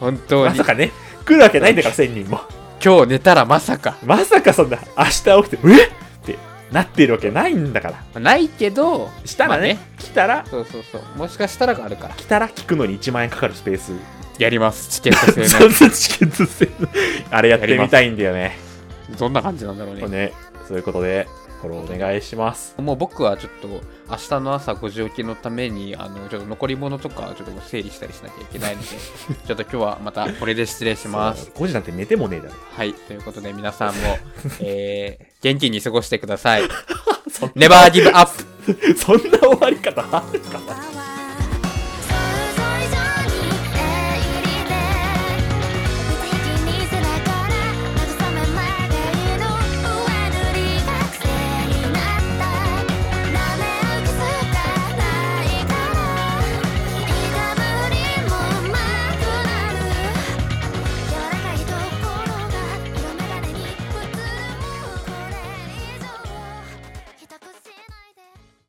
[SPEAKER 2] 本当
[SPEAKER 1] ま
[SPEAKER 2] に
[SPEAKER 1] さかね。来るわけないんだから、1000人も。
[SPEAKER 2] 今日寝たらまさか
[SPEAKER 1] まさかそんな、明日起きて、えっってなってるわけないんだから。
[SPEAKER 2] ないけど
[SPEAKER 1] したらね、
[SPEAKER 2] ま
[SPEAKER 1] 来たら
[SPEAKER 2] あ、そうそうそうもしかしたらがあるから
[SPEAKER 1] 来たら聞くのに1万円かかるスペース。
[SPEAKER 2] やります チケット制
[SPEAKER 1] そんなチケット制度 あれやってみたいんだよね。
[SPEAKER 2] のどんな感じなんだろうね
[SPEAKER 1] ね、そういうことで、フォローお願いします。
[SPEAKER 2] もう僕はちょっと明日の朝5時起きのためにあのちょっと残り物とかちょっと整理したりしなきゃいけないの でちょっと今日はまたこれで失礼します
[SPEAKER 1] 5時なんて寝てもねえだろ。
[SPEAKER 2] はい、ということで皆さんも、 えー、元気に過ごしてください。ネバーギブアップ
[SPEAKER 1] そんな終わり方あるかな